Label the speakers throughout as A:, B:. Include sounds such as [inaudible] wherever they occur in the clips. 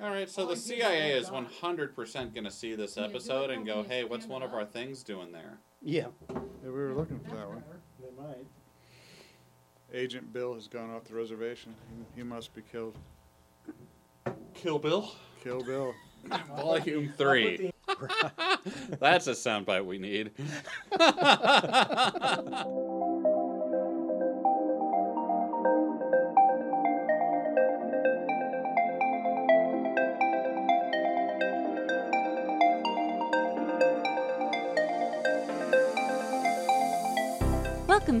A: All right, so the CIA is 100% going to see this episode and go, hey, what's one of our things doing there?
B: Yeah.
C: Yeah, we were looking for that one.
B: They might.
C: Agent Bill has gone off the reservation. He- He must be killed.
A: Kill Bill?
C: Kill Bill.
A: Volume 3. [laughs] That's a soundbite we need.
D: Welcome,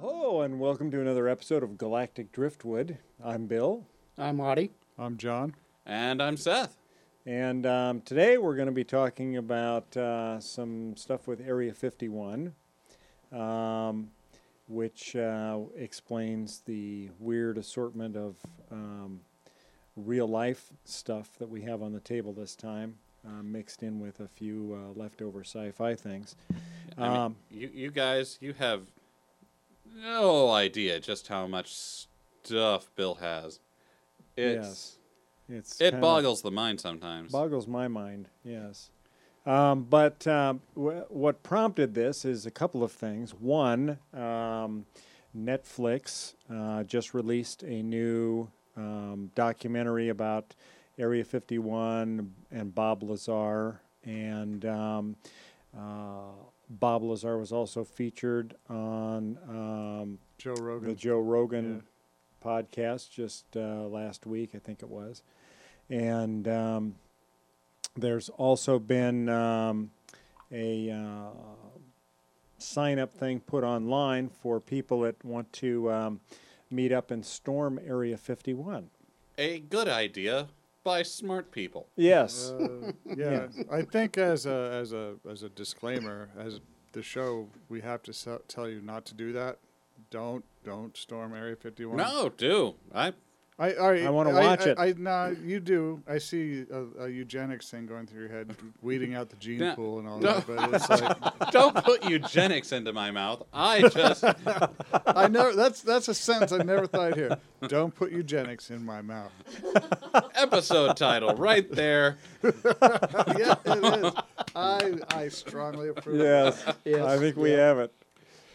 E: Hello, and welcome to another episode of Galactic Driftwood. I'm Bill,
B: I'm Audie.
C: I'm John.
A: And I'm Seth.
E: and um, today we're going to be talking about uh, some stuff with Area 51, um, which uh, explains the weird assortment of um, real life stuff that we have on the table this time, uh, mixed in with a few uh, leftover sci fi things.
A: I mean,
E: Um,
A: you, you guys, you have no idea just how much stuff Bill has. It's,
E: Yes. It's
A: It
E: kinda-
A: boggles the mind sometimes.
E: Boggles my mind, yes. Um, but um, w- what prompted this is a couple of things. One, um, Netflix uh, just released a new um, documentary about Area 51 and Bob Lazar. And um, uh, Bob Lazar was also featured on um,
C: Joe
E: the
C: Rogan.
E: Joe Rogan podcast just uh, last week, I think it was. And um, there's also been um, a uh, sign up thing put online for people that want to um, meet up and storm Area 51.
A: A good idea by smart people.
E: Yes.
C: Uh, yeah, I think as a as a as a disclaimer, as the show, we have to se- tell you not to do that. Don't don't storm Area 51.
A: No, do. I
C: I I,
E: I wanna watch
C: I,
E: it.
C: I, no, you do. I see a, a eugenics thing going through your head, weeding out the gene
A: No.
C: pool and all
A: No.
C: that. But it's like
A: don't put eugenics into my mouth. I
E: [laughs]
A: just
C: I never. That's that's a sentence I never thought I'd hear. Don't put eugenics in my mouth.
A: episode title
C: [laughs]
A: right there.
C: yeah, it is. I I strongly approve.
E: yes. I think we have it.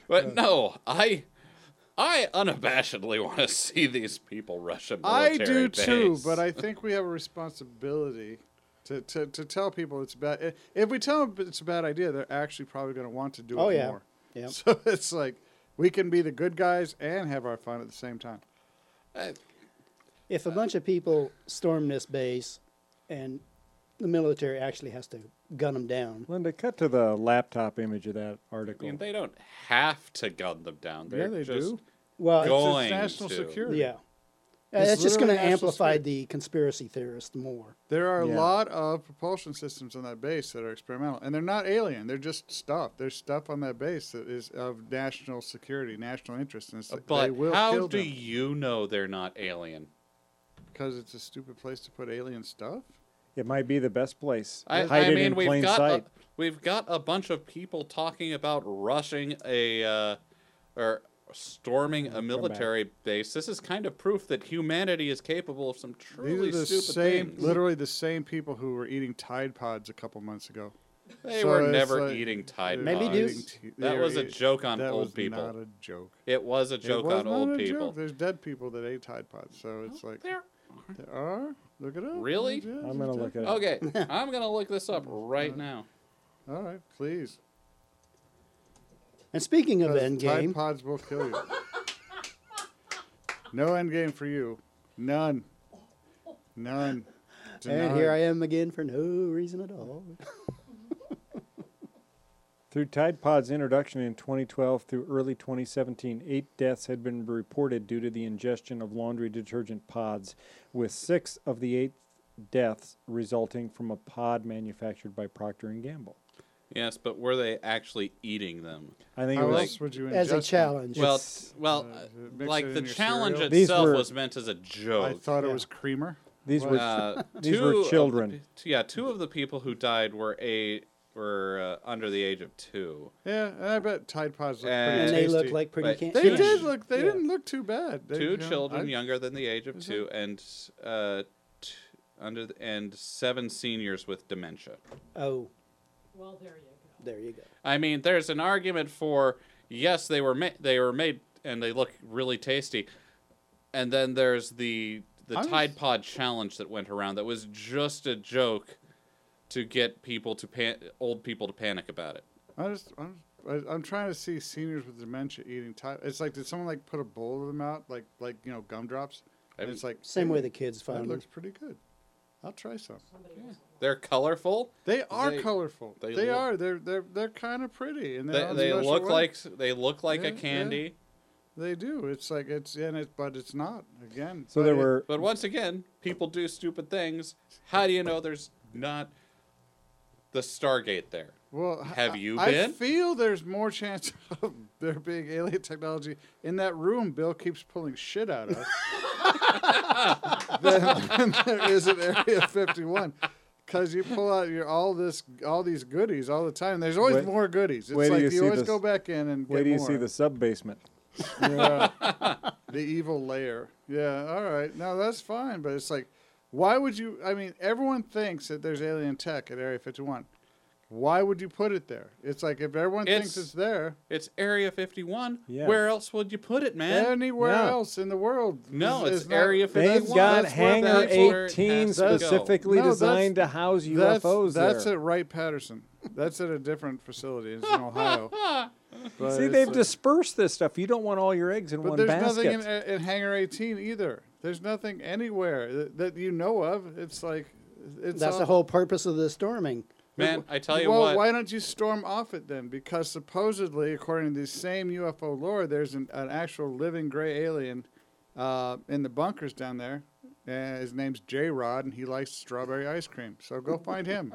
A: But no, I I unabashedly want to see these people rush a military
C: I do too,
A: base.
C: but I think we have a responsibility to, to, to tell people it's bad. If we tell them it's a bad idea, they're actually probably going to want to do
B: Oh,
C: it
B: yeah.
C: more.
B: Yep.
C: So [laughs] it's like we can be the good guys and have our fun at the same time.
A: I-
B: If a bunch of people storm this base and the military actually has to gun them down,
E: Linda, cut to the laptop image of that
A: I
E: article.
A: mean, they don't have to gun them down. They're
C: they
A: just
C: do.
A: Go-
B: well, it's-
A: Going
C: it's national
A: to.
C: security.
B: Uh, yeah.
C: It's
B: That's just going to
C: literally national
B: amplify
C: security.
B: the conspiracy theorists more.
C: There are a
E: Yeah.
C: lot of propulsion systems on that base that are experimental, and they're not alien. They're just stuff. There's stuff on that base that is of national security, national interest, and it's like they
A: Uh, But
C: will
A: how
C: kill
A: do
C: them
A: you know they're not alien?
C: because it's a stupid place to put alien stuff.
E: it might be the best place.
A: I,
E: Hide
A: I
E: it
A: mean,
E: in
A: we've
E: plain
A: got
E: sight.
A: A, we've got a bunch of people talking about rushing a uh, or storming a military base. This is kind of proof that humanity is capable of some truly
C: These are the
A: stupid
C: same,
A: things.
C: literally the same people who were eating Tide Pods a couple months ago.
A: they
C: so
A: were
C: it's
A: never
C: like-
A: eating Tide
B: Maybe
A: Pods.
B: do-
C: Eating t- they
A: That
C: were
A: was a
C: eat-
A: joke on
C: that
A: old
C: was
A: people.
C: Not a joke.
A: It was a
C: It
A: joke
C: was
A: on
C: not
A: old
C: a
A: people.
C: joke. There's dead people that ate Tide Pods, so it's like
A: There-
C: Oh, there are. Look it up.
A: Really?
C: Yeah, there's
E: I'm going to
C: dead
E: look
A: [laughs]
E: at it.
C: [laughs]
A: Okay, I'm gonna look this up right now.
C: All right, please.
B: And speaking of
C: Because Tide
B: Endgame,
C: Pods will kill you. no end game for you. None. None.
B: and here I am again for no reason at all.
E: Through Tide Pod's introduction in 2012 through early 2017, eight deaths had been reported due to the ingestion of laundry detergent pods, with six of the eight deaths resulting from a pod manufactured by Procter and Gamble.
A: Yes, but were they actually eating them?
E: I think it
C: How
E: was
C: else would you ingest
B: as a
C: them?
B: challenge.
A: Well,
E: It's-
A: t- well,
C: Uh,
A: uh,
C: mix it
A: like
C: in
A: the
C: your
A: challenge
C: cereal?
E: These
A: itself
E: were-
A: was meant as a
C: I
A: joke.
C: thought it
A: [laughs]
B: Yeah.
C: was creamer.
E: these were
A: Uh,
E: These
A: two
E: were
A: of the
E: children.
A: pe- t- yeah, two of the people who died were a were uh, under the age of two.
C: Yeah, and I bet Tide Pods look
A: And-
C: pretty
B: and they
C: tasty.
B: look like pretty
A: Right.
B: can-
C: They
B: candy.
C: did look. They
B: Yeah.
C: didn't look too bad. They,
A: two
C: you know,
A: children
C: I-
A: younger than the age of
C: Is
A: two, and uh, t- under the, and seven seniors with dementia.
B: Oh,
F: Well, there you go.
B: there you go.
A: I mean, there's an argument for yes, they were ma- they were made and they look really tasty, and then there's the the
C: I'm-
A: Tide Pod challenge that went around that was just a joke to get people to pan- old people to panic about it.
C: I just, I'm, I- I'm trying to see seniors with dementia eating Tide. It's like did someone like put a bowl of them out, like like you know gumdrops?
A: I
C: And
A: mean-
C: it's like
B: Same
C: "Ooh,
B: way the kids
C: That
B: found them.
C: looks pretty good. I'll try some.
F: Somebody wasn't
A: They're colorful.
C: They are
A: They-
C: colorful.
A: they
C: They,
A: look-
C: are. They're they're they're kind of pretty, and
A: They,
C: they're on
A: they
C: special
A: look
C: way.
A: like they look like
C: Yeah,
A: a
C: yeah.
A: candy.
C: they do. It's like it's in it, but it's not. Again,
E: so
C: but
E: there
C: it-
E: were
A: But once again, people do stupid things. How do you know there's not the Stargate there?
C: Well,
A: Have
C: I-
A: you
C: I
A: been?
C: feel there's more chance [laughs] of there being alien technology in that room. Bill keeps pulling shit out of.
A: [laughs]
C: than, than there is in Area 51, because you pull out your all this all these goodies all the time. There's always
E: Wait-
C: more goodies. It's
E: wait till
C: like
E: you
C: you,
E: see
C: always
E: this-
C: go back in and
E: where
C: get
E: do you
C: more.
E: see the sub basement?
C: Yeah. the evil layer. Yeah, all right. No, that's fine, but it's like why would you I mean, everyone thinks that there's alien tech at Area 51. Why would you put it there? It's like if everyone thinks
A: It's-
C: it's there,
A: It's Area 51.
E: Yeah.
A: Where else would you put it, man?
C: anywhere
E: Yeah.
C: else in the world.
A: No,
C: is-
A: it's
C: is not-
A: Area They
E: They've
A: They've
E: got
A: got that's where
E: Hangar
A: Hangar that's where it 18
E: 18
A: has to go.
E: specifically
A: specifically
C: No, that's- designed
E: designed to house
C: that's,
E: UFOs
C: That's at Wright Patterson. That's at a different facility. It's
A: [laughs]
C: in Ohio. But
E: See,
C: it's
E: they've
C: like-
E: dispersed this stuff. You don't want all your eggs in
C: But
E: one
C: there's
E: basket.
C: nothing in, uh, in Hangar 18 either. There's nothing anywhere that, that you know of. It's like it's
B: That's
C: all,
B: the whole purpose of the storming.
A: Man, I tell you
C: well,
A: what.
C: why don't you storm off it then? Because supposedly, according to the same UFO lore, there's an, an actual living gray alien uh, in the bunkers down there. And his name's J Rod, and he likes strawberry ice cream. So go find him.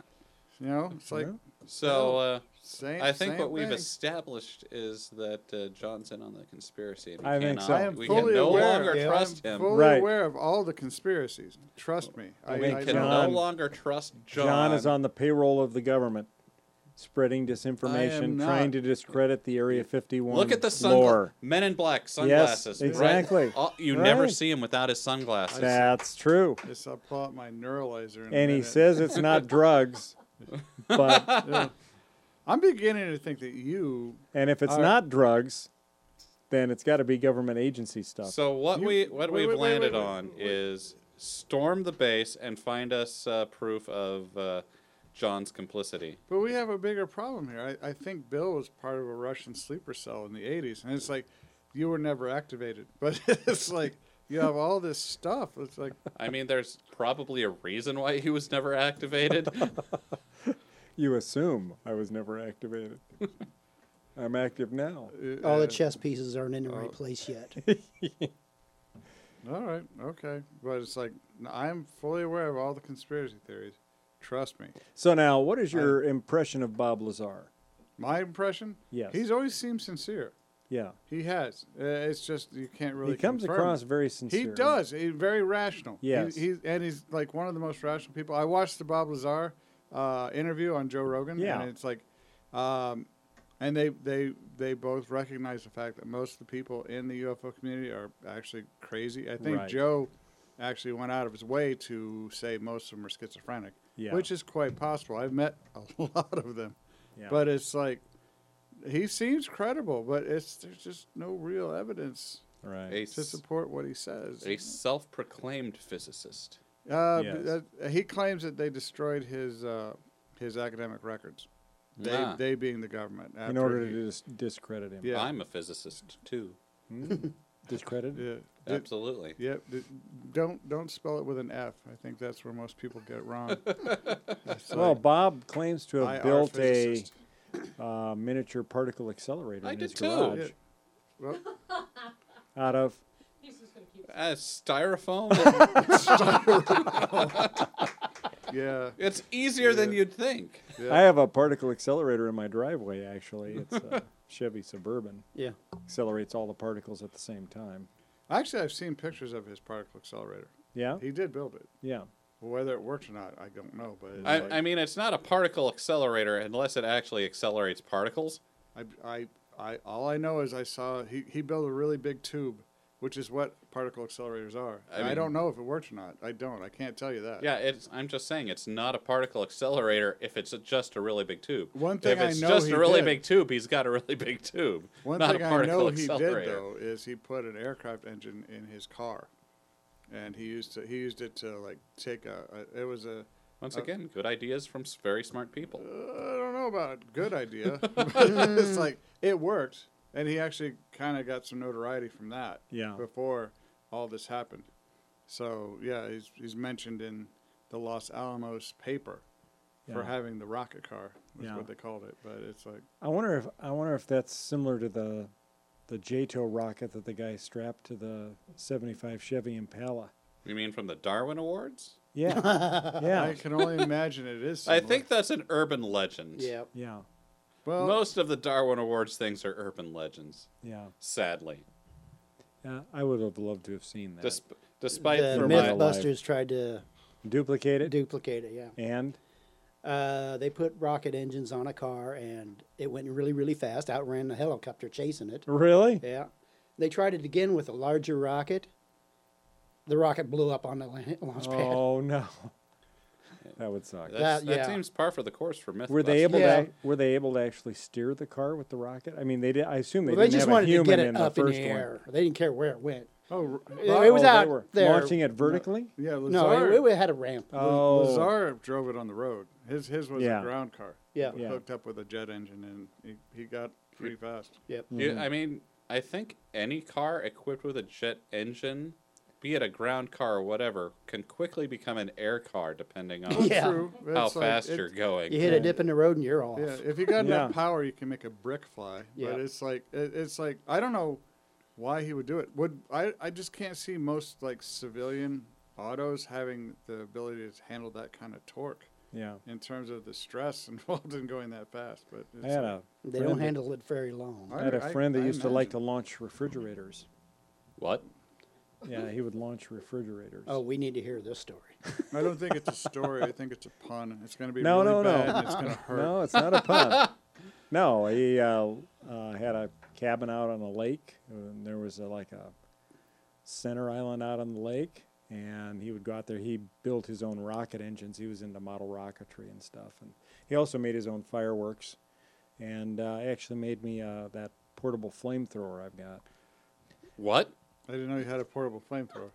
C: [laughs] you know, it's like
A: So uh,
C: same.
A: I think
C: same
A: what we've
C: thing.
A: established is that uh, John's in on the conspiracy. And we
E: I think
A: cannot,
E: so. I
C: am
A: we
C: fully
A: can no
C: aware.
A: longer
B: Yeah.
A: trust
C: I'm
A: him.
C: fully
E: Right.
C: aware of all the conspiracies. Trust me. I,
E: We
C: I
A: can
C: know.
A: no
E: John-
A: longer trust John.
E: John. is on the payroll of the government, spreading disinformation,
C: not.
E: trying to discredit the Area 51
A: Look at the
E: lore.
A: sunglasses. Men in black sunglasses. right?
E: exactly.
A: All- you never
E: Right.
A: see him without his sunglasses.
E: That's true.
C: Yes, I'll pull out my neuralizer. In a
E: And he
C: minute.
E: says it's not drugs,
C: [laughs]
E: but
C: I'm beginning to think that you
E: and if it's
C: All right.
E: not drugs, then it's got to be government agency stuff.
A: So what
C: You-
A: we what
C: wait,
A: we've
C: wait, wait,
A: landed
C: wait, wait,
A: on
C: wait.
A: is storm the base and find us uh, proof of uh, John's complicity.
C: But we have a bigger problem here. I, I think Bill was part of a Russian sleeper cell in the 80s. And it's like, you were never activated. [laughs] But it's like, you have all this stuff. It's like,
A: I mean, there's probably a reason why he was never activated.
E: you assume I was never
C: [laughs]
E: activated. I'm active now.
C: uh,
B: All
C: uh,
B: the chess pieces aren't in the
C: Oh.
B: right place yet.
C: [laughs] All right, okay. But it's like, n- I'm fully aware of all the conspiracy theories. Trust me.
E: So now, what is your impression of Bob Lazar?
C: My impression?
E: Yes.
C: He's always seemed sincere.
E: Yeah,
C: He has. Uh, it's just, you can't really.
E: he comes
C: confirm it.
E: across very sincere.
C: He does. He's very rational. He-
E: Yes.
C: He, and he's like one of the most rational people. I watched the Bob Lazar uh, interview on Joe Rogan.
E: Yeah.
C: And it's like, um, and they, they, they both recognize the fact that most of the people in the UFO community are actually crazy. I think
E: Right.
C: Joe actually went out of his way to say most of them are schizophrenic,
E: Yeah.
C: which is quite possible. I've met a [laughs] lot of them.
E: Yeah.
C: But it's like, he seems credible, but it's there's just no real evidence
E: right.
A: a,
C: to
A: s-
C: support what he says.
A: a self-proclaimed physicist.
C: Uh, b-
E: Yes.
C: uh, he claims that they destroyed his uh, his academic records. They,
A: Ah.
C: they being the government.
E: in
C: after
E: order
C: he-
E: to dis- discredit him.
C: Yeah.
A: I'm a physicist too.
E: Discredit?
C: yeah, Did-
A: Absolutely.
C: yeah, did- don't don't spell it with an F. I
A: [laughs]
C: think that's where most people get it wrong. It's
E: Well,
C: like,
E: Bob claims to have
C: IR
E: built a
C: physicist.
E: uh, miniature particle accelerator
A: I
E: in
A: did
E: his
A: too.
E: garage
C: Well,
E: [laughs] out of
F: He's just gonna keep.
A: Uh,
C: [laughs]
A: styrofoam.
C: yeah.
A: it's easier than you'd think.
C: Yeah.
E: I have a particle accelerator in my driveway. Actually,
C: [laughs]
E: it's a Chevy Suburban.
B: Yeah.
E: Accelerates all the particles at the same time.
C: Actually, I've seen pictures of his particle accelerator.
E: Yeah,
C: He did build it.
E: yeah.
C: Whether it worked or not, I don't know. But it's
A: I,
C: like-
A: I mean, it's not a particle accelerator unless it actually accelerates particles.
C: I, I, I, all I know is I saw he, he built a really big tube, which is what particle accelerators are.
A: I
C: I, I
A: mean-
C: don't know if it worked or not. I don't. I can't tell you that.
A: Yeah, it's. I'm just saying it's not a particle accelerator if it's just a really big tube.
C: One thing
A: if
C: I
A: it's
C: know
A: just
C: he
A: a really
C: did-
A: big tube, he's got a really big tube.
C: One
A: not
C: thing
A: a
C: I know
A: particle
C: he
A: accelerator.
C: did though is he put an aircraft engine in his car, and he used to he used it to like take a, a it was a
A: Once again, good ideas from s- very smart people.
C: uh, I don't know about it, good
E: [laughs]
C: idea. [laughs] but it's like it worked, and he actually kind of got some notoriety from that.
E: Yeah.
C: Before all this happened, so yeah, he's he's mentioned in the Los Alamos paper for
E: Yeah.
C: having the rocket car. Was
E: Yeah.
C: what they called it, but it's like
E: I wonder if I wonder if that's similar to the the JTO rocket that the guy strapped to the '75 Chevy Impala.
A: You mean from the Darwin Awards?
C: [laughs]
E: Yeah,
C: I
E: yeah,
C: can only imagine
B: [laughs]
C: it is.
A: I
C: similar.
A: think that's an urban legend.
B: Yeah.
E: yeah,
C: well,
A: Most of the Darwin Awards things are urban legends,
E: yeah.
A: sadly.
E: Yeah, I would have loved to have seen that.
A: Desp despite
B: the
A: for my,
E: myth-
B: Mythbusters tried to
E: Duplicate it
B: duplicate it. Yeah.
E: and
B: Uh, they put rocket engines on a car, and it went really, really fast. Outran the helicopter chasing it.
E: really.
B: Yeah. They tried it again with a larger rocket. The rocket blew up on the la- launch pad.
E: Oh no, that would suck.
A: that's-
B: that-
A: that
B: yeah.
A: seems par for the course for Mythbusters.
E: Were they able
B: Yeah.
E: to were they able to actually steer the car with the rocket? I mean, they did. I assume they
B: well, they
E: didn't
B: just
E: have
B: wanted
E: a human
B: to get it
E: in
B: up
E: the
B: in
E: first
B: the air. They didn't care where it went.
C: oh,
B: It, it was
E: one. Oh,
B: out
E: they were
B: there.
E: launching it vertically.
C: yeah, Lazar,
B: no, it, it had a ramp.
E: Oh,
C: Lazar drove it on the road. His his was
E: Yeah.
C: a ground car.
B: Yeah.
E: Yeah.
C: hooked up with a jet engine, and he, he got pretty fast.
B: Yep.
C: Mm-hmm.
A: You- I mean, I think any car equipped with a jet engine, be it a ground car or whatever, can quickly become an air car depending on
C: [laughs]
B: Yeah.
C: True.
A: how
C: It's like-
A: fast
C: it-
A: you're going.
B: You hit a dip in the road and you're off.
C: Yeah, if you got enough
E: Yeah.
C: power, you can make a brick fly.
B: Yeah.
C: But it's like it, it's like I don't know why he would do it. Would I? I just can't see most like civilian autos having the ability to handle that kind of torque
E: yeah.
C: in terms of the stress [laughs] involved in going that fast. But it's
E: I had
C: like-
E: a
B: They
E: friend
B: don't
E: that-
B: handle it very long.
E: I had a
C: I-
E: friend that
C: I
E: used to like to
C: imagine.
E: launch refrigerators.
A: What?
E: Yeah, he would launch refrigerators.
B: Oh, we need to hear this story.
C: I don't think it's a story. I think it's a pun. It's going to be
E: No,
C: really
E: no, no.
C: bad and it's going to hurt.
E: no, it's not a pun. no, he uh, uh, had a cabin out on a lake, and there was a, like a center island out on the lake, and he would go out there. He built his own rocket engines. He was into model rocketry and stuff, and he also made his own fireworks, and uh, actually made me uh, that portable flamethrower I've got.
A: What?
C: I didn't know you had a portable flamethrower.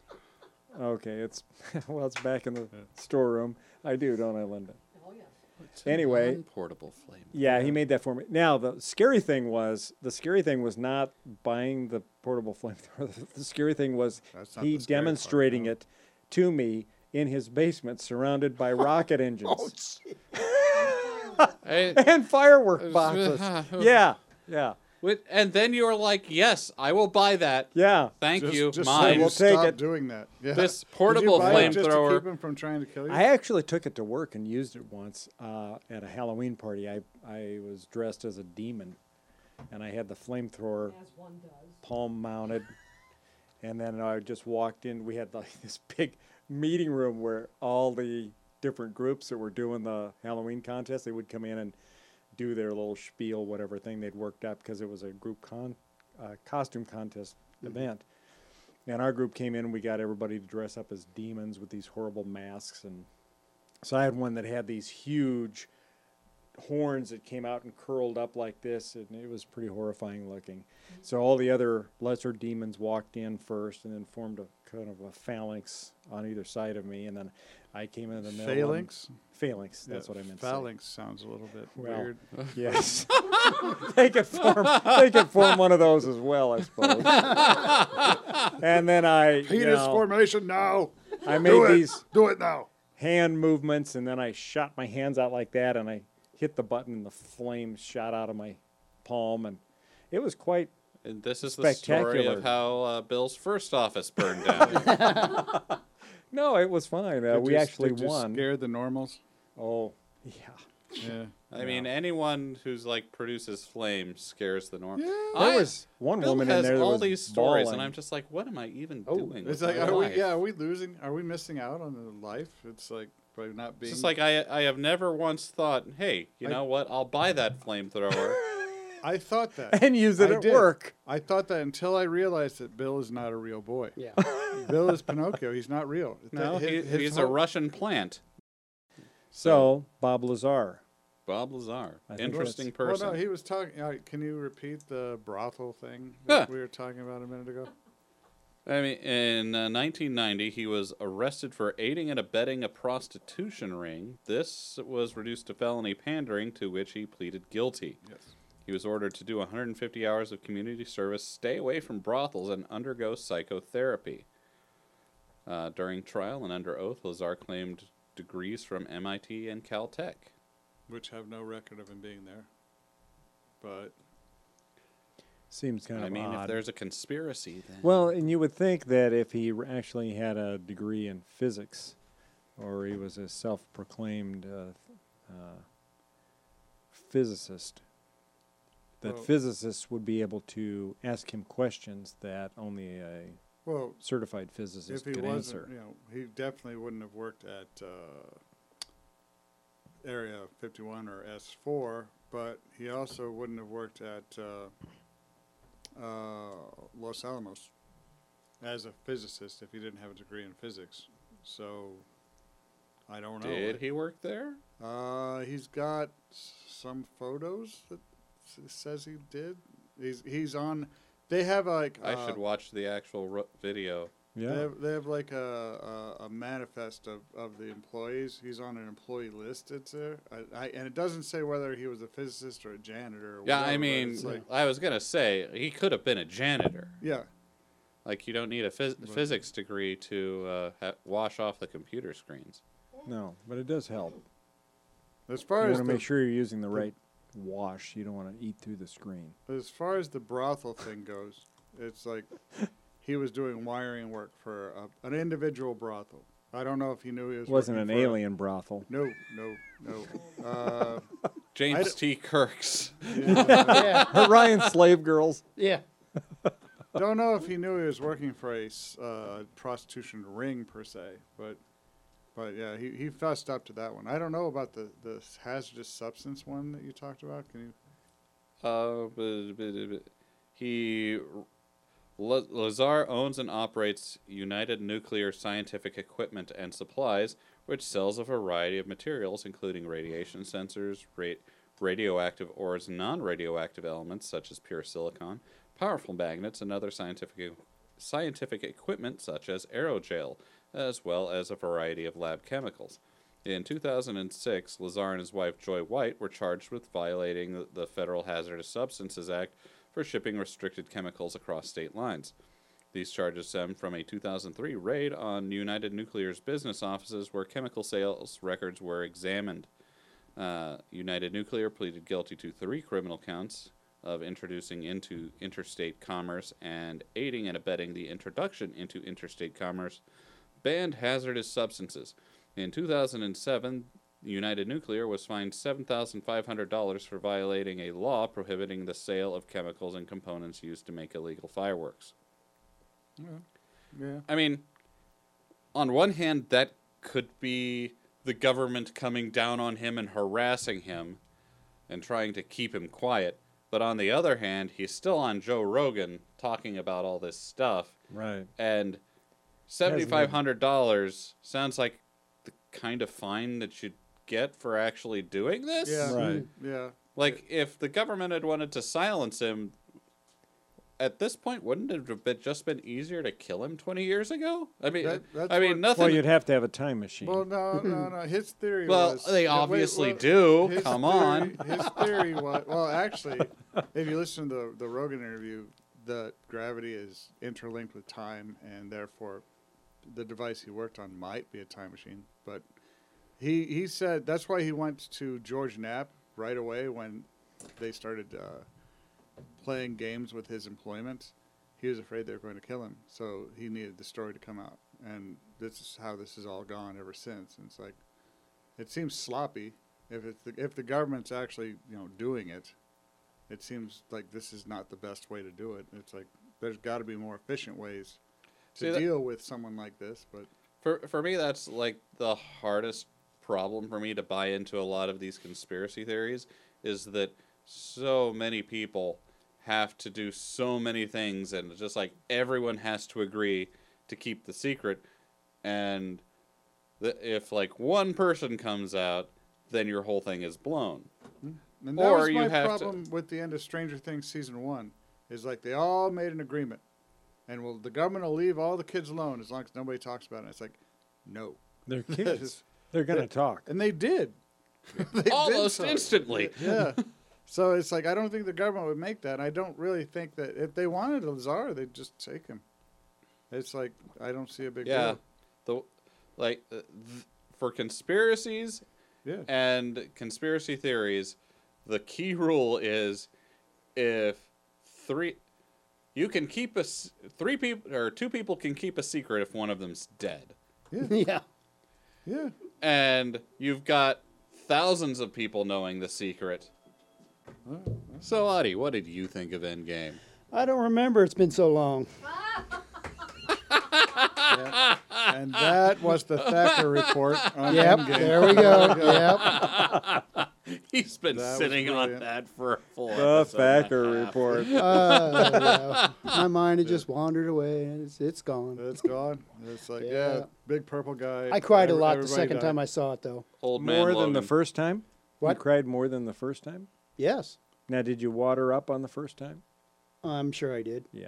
E: Okay, it's [laughs] well, it's back in the storeroom. I do, don't I, Linda?
F: Oh yeah.
E: Anyway,
A: portable flame.
E: Yeah, he made that for me. Now the scary thing was the scary thing was not buying the portable [laughs] flamethrower. The scary thing was
C: That's not
E: he
C: the scary part,
E: demonstrating
C: no.
E: it to me in his basement,
C: [laughs]
E: surrounded by rocket
C: Oh,
E: [laughs] engines
A: I,
E: and firework
C: [laughs]
E: boxes. [laughs] yeah, yeah,
A: Wait, and then you were like, "Yes, I will buy that.
E: yeah.
A: Thank
C: Just-
A: you,
C: just so
A: mine."
E: We'll
C: we'll
E: take
C: stop
E: it.
C: doing that. Yeah.
A: This
C: Did you
A: portable
C: buy it just to
A: flamethrower-
C: keep him from trying to kill you.
E: I actually took it to work and used it once uh, at a Halloween party. I I was dressed as a demon, and I had the flamethrower.
F: As one does.
E: palm mounted. And then I just walked in. We had like this big meeting room where all the different groups that were doing the Halloween contest, they would come in and do their little spiel, whatever thing they'd worked up, because it was a group con uh, costume contest event. And our group came in. and We got everybody to dress up as demons with these horrible masks. And so I had one that had these huge horns that came out and curled up like this, and it was pretty horrifying looking. So all the other lesser demons walked in first, and then formed a kind of a phalanx on either side of me, and then I came in the middle. and-
C: phalanx.
E: Phalanx. That's
C: Yeah,
E: what I meant. to say.
C: Phalanx sounds a little bit
E: Well,
C: weird.
E: [laughs] Yes. [laughs] they could form. They could form one of those as well,
C: [laughs]
E: I suppose. and then I, you
C: Penis
E: know,
C: formation now.
E: I
C: Do
E: made
C: it.
E: these
C: Do it now.
E: hand movements, and then I shot my hands out like that, and I hit the button and the flame shot out of my palm, and it was quite
A: And this is the story
E: Spectacular.
A: of how uh, Bill's first office burned down.
E: No, it was fine. Uh,
C: Did
E: we
C: you-
E: actually
C: did you
E: won.
C: Scare the
E: [laughs]
C: normals.
E: Oh, yeah.
C: Yeah.
A: I mean, anyone who's like produces flame scares the norm.
E: There
A: I-
E: was one
A: Bill
E: woman in
A: has
E: there that
A: all
E: was
A: these stories,
E: bawling.
A: and I'm just like, what am I even
E: Oh,
A: doing?
C: It's
A: with
C: like,
A: my
C: are we?
A: life?
C: Yeah, are we losing? Are we missing out on the life? It's like by not
A: It's
C: being.
A: just like I, I have never once thought, hey, you
C: I-
A: know what? I'll buy that
C: [laughs]
A: flamethrower.
C: I thought that.
E: [laughs] and use it
C: I
E: at
C: did.
E: work.
C: I thought that until I realized that Bill is not a real boy.
E: [laughs]
B: Yeah.
C: Bill is Pinocchio. He's not real.
A: no,
C: That-
A: he,
C: his- his
A: he's a
C: whole-
A: Russian plant.
E: So Bob Lazar.
A: Bob Lazar,
E: I think
A: interesting
C: Well,
A: person.
C: no, he was talking. all right, can you repeat the brothel thing
A: Yeah.
C: that we were talking about a minute ago?
A: I mean, in uh, 1990, he was arrested for aiding and abetting a prostitution ring. This was reduced to felony pandering, to which he pleaded guilty.
C: Yes.
A: He was ordered to do 150 hours of community service, stay away from brothels, and undergo psychotherapy. Uh, during trial and under oath, Lazar claimed degrees from MIT and Caltech.
C: Which have no record of him being there. But
E: Seems kind
A: I
E: of
A: mean, if
E: odd.
A: there's a conspiracy, then
E: well, and you would think that if he r- actually had a degree in physics, or he was a self-proclaimed uh, th- uh, physicist, that
C: Well-
E: physicists would be able to ask him questions that only a
C: well,
E: certified
C: if
E: physicist
C: he
E: could
C: wasn't,
E: answer.
C: you know, he definitely wouldn't have worked at uh, Area 51 or S4. But he also wouldn't have worked at uh, uh, Los Alamos as a physicist if he didn't have a degree in physics. So I don't know.
A: did he work there?
C: Uh, he's got s- some photos that s- says he did. He's he's on. They have like
A: I should
C: uh,
A: watch the actual ro- video.
E: Yeah.
C: They have, they have like a, a, a manifest of, of the employees. He's on an employee list. It's there, I, I, and it doesn't say whether he was a physicist or a janitor. Or
A: Yeah,
C: whatever,
A: I
C: but
A: mean,
C: it's like,
A: I was gonna say he could have been a janitor.
C: yeah,
A: Like you don't need a phys- physics degree to uh, ha- wash off the computer screens.
E: No, but it does help.
C: as
E: You
C: far
E: want
C: as
E: to
C: the,
E: make sure you're using the right wash. You don't want to eat through the screen.
C: as far as the brothel thing goes, it's
E: [laughs]
C: like he was doing wiring work for a, an individual brothel. I don't know if he knew he was.
E: It wasn't an
C: working for a-
E: alien brothel. [laughs]
C: No, no, no. Uh,
A: James T. Kirk's.
C: yeah.
B: yeah.
E: Orion slave girls.
B: Yeah. [laughs]
C: Don't know if he knew he was working for a s- uh, prostitution ring per se, but but yeah, he, he fessed up to that one. I don't know about the, the hazardous substance one that you talked about. Can you?
A: Uh, but- but- but- he La- Lazar owns and operates United Nuclear Scientific Equipment and Supplies, which sells a variety of materials, including radiation sensors, ra- radioactive or non-radioactive elements such as pure silicon, powerful magnets, and other scientific scientific equipment such as aerogel, as well as a variety of lab chemicals. In 2006, Lazar and his wife Joy White were charged with violating the- the Federal Hazardous Substances Act for shipping restricted chemicals across state lines. These charges stem from a 2003 raid on United Nuclear's business offices where chemical sales records were examined. Uh, United Nuclear pleaded guilty to three criminal counts of introducing into interstate commerce and aiding and abetting the introduction into interstate commerce banned hazardous substances. In 2007, United Nuclear was fined $7,500 for violating a law prohibiting the sale of chemicals and components used to make illegal fireworks.
C: Yeah.
A: I mean, on one hand, that could be the government coming down on him and harassing him and trying to keep him quiet. But on the other hand, he's still on Joe Rogan talking about all this stuff.
E: Right.
A: And $7,500 sounds like the kind of fine that you'd get for actually doing this.
C: Yeah.
E: Right.
C: Yeah.
A: Like, if the government had wanted to silence him, at this point, wouldn't it have been, just been easier to kill him 20 years ago? I mean,
C: That- that's
A: I
C: what-
A: mean, nothing.
E: Well, you'd have to have a time machine.
C: Well, no, no,
A: [laughs]
C: no. His theory
A: Well,
C: was.
A: they
C: Yeah, wait,
A: obviously
C: well,
A: do.
C: his
A: Come
C: theory-
A: on.
C: [laughs] His theory was. Well, actually,
A: [laughs]
C: if you listen to the, the Rogan interview, the gravity is interlinked with time, and therefore, the device he worked on might be a time machine. But he he said that's why he went to George Knapp right away when they started uh, playing games with his employment. He was afraid they were going to kill him, so he needed the story to come out. And this is how this has all gone ever since. And it's like, it seems sloppy. If it's the, if the government's actually you know doing it, it seems like this is not the best way to do it. It's like there's got to be more efficient ways to
A: See, that-
C: deal with someone like this. But
A: For for me, that's like the hardest problem for me to buy into a lot of these conspiracy theories is that so many people have to do so many things, and it's just like everyone has to agree to keep the secret, and the, if like one person comes out, then your whole thing is blown.
C: And that
A: Or
C: was
A: you
C: my
A: have to-
C: problem with the end of Stranger Things season one, is like they all made an agreement, and well, the government will leave all the kids alone as long as nobody talks about it. It's like, no,
E: They're kids. They're gonna talk.
C: and they did, They did
A: Almost
C: so.
A: instantly.
C: Yeah,
A: [laughs]
C: so it's like I don't think the government would make that. and I don't really think that if they wanted a czar, they'd just take him. It's like I don't see a big
A: Yeah, the like uh, th- for conspiracies
C: deal. Yeah,
A: and conspiracy theories, the key rule is if three you can keep a s- three people or two people can keep a secret if one of them's dead.
B: yeah.
C: yeah.
A: And you've got thousands of people knowing the secret. So Adi, what did you think of Endgame? [laughs]
B: I don't remember. It's been so long.
C: and that was the
A: [laughs]
C: Thacker report. On
B: Yep.
C: Endgame.
B: There we
C: [laughs]
B: go. yep.
A: He's been
C: That was
A: sitting on
C: brilliant.
A: that for a full
E: The
A: episode.
E: Thacker report.
B: Uh, yeah. My mind had just wandered away, and it's, it's gone.
C: It's gone. It's like yeah.
B: Yeah.
C: big purple guy.
B: I cried a
C: Every-
B: lot the
C: everybody
B: second
C: died.
B: time I saw it, though.
A: Old man
E: more
A: Logan.
E: than the first time.
B: What?
E: You cried more than the first time.
B: Yes,
E: Now, did you water up on the first time?
B: I'm sure I did.
E: Yeah.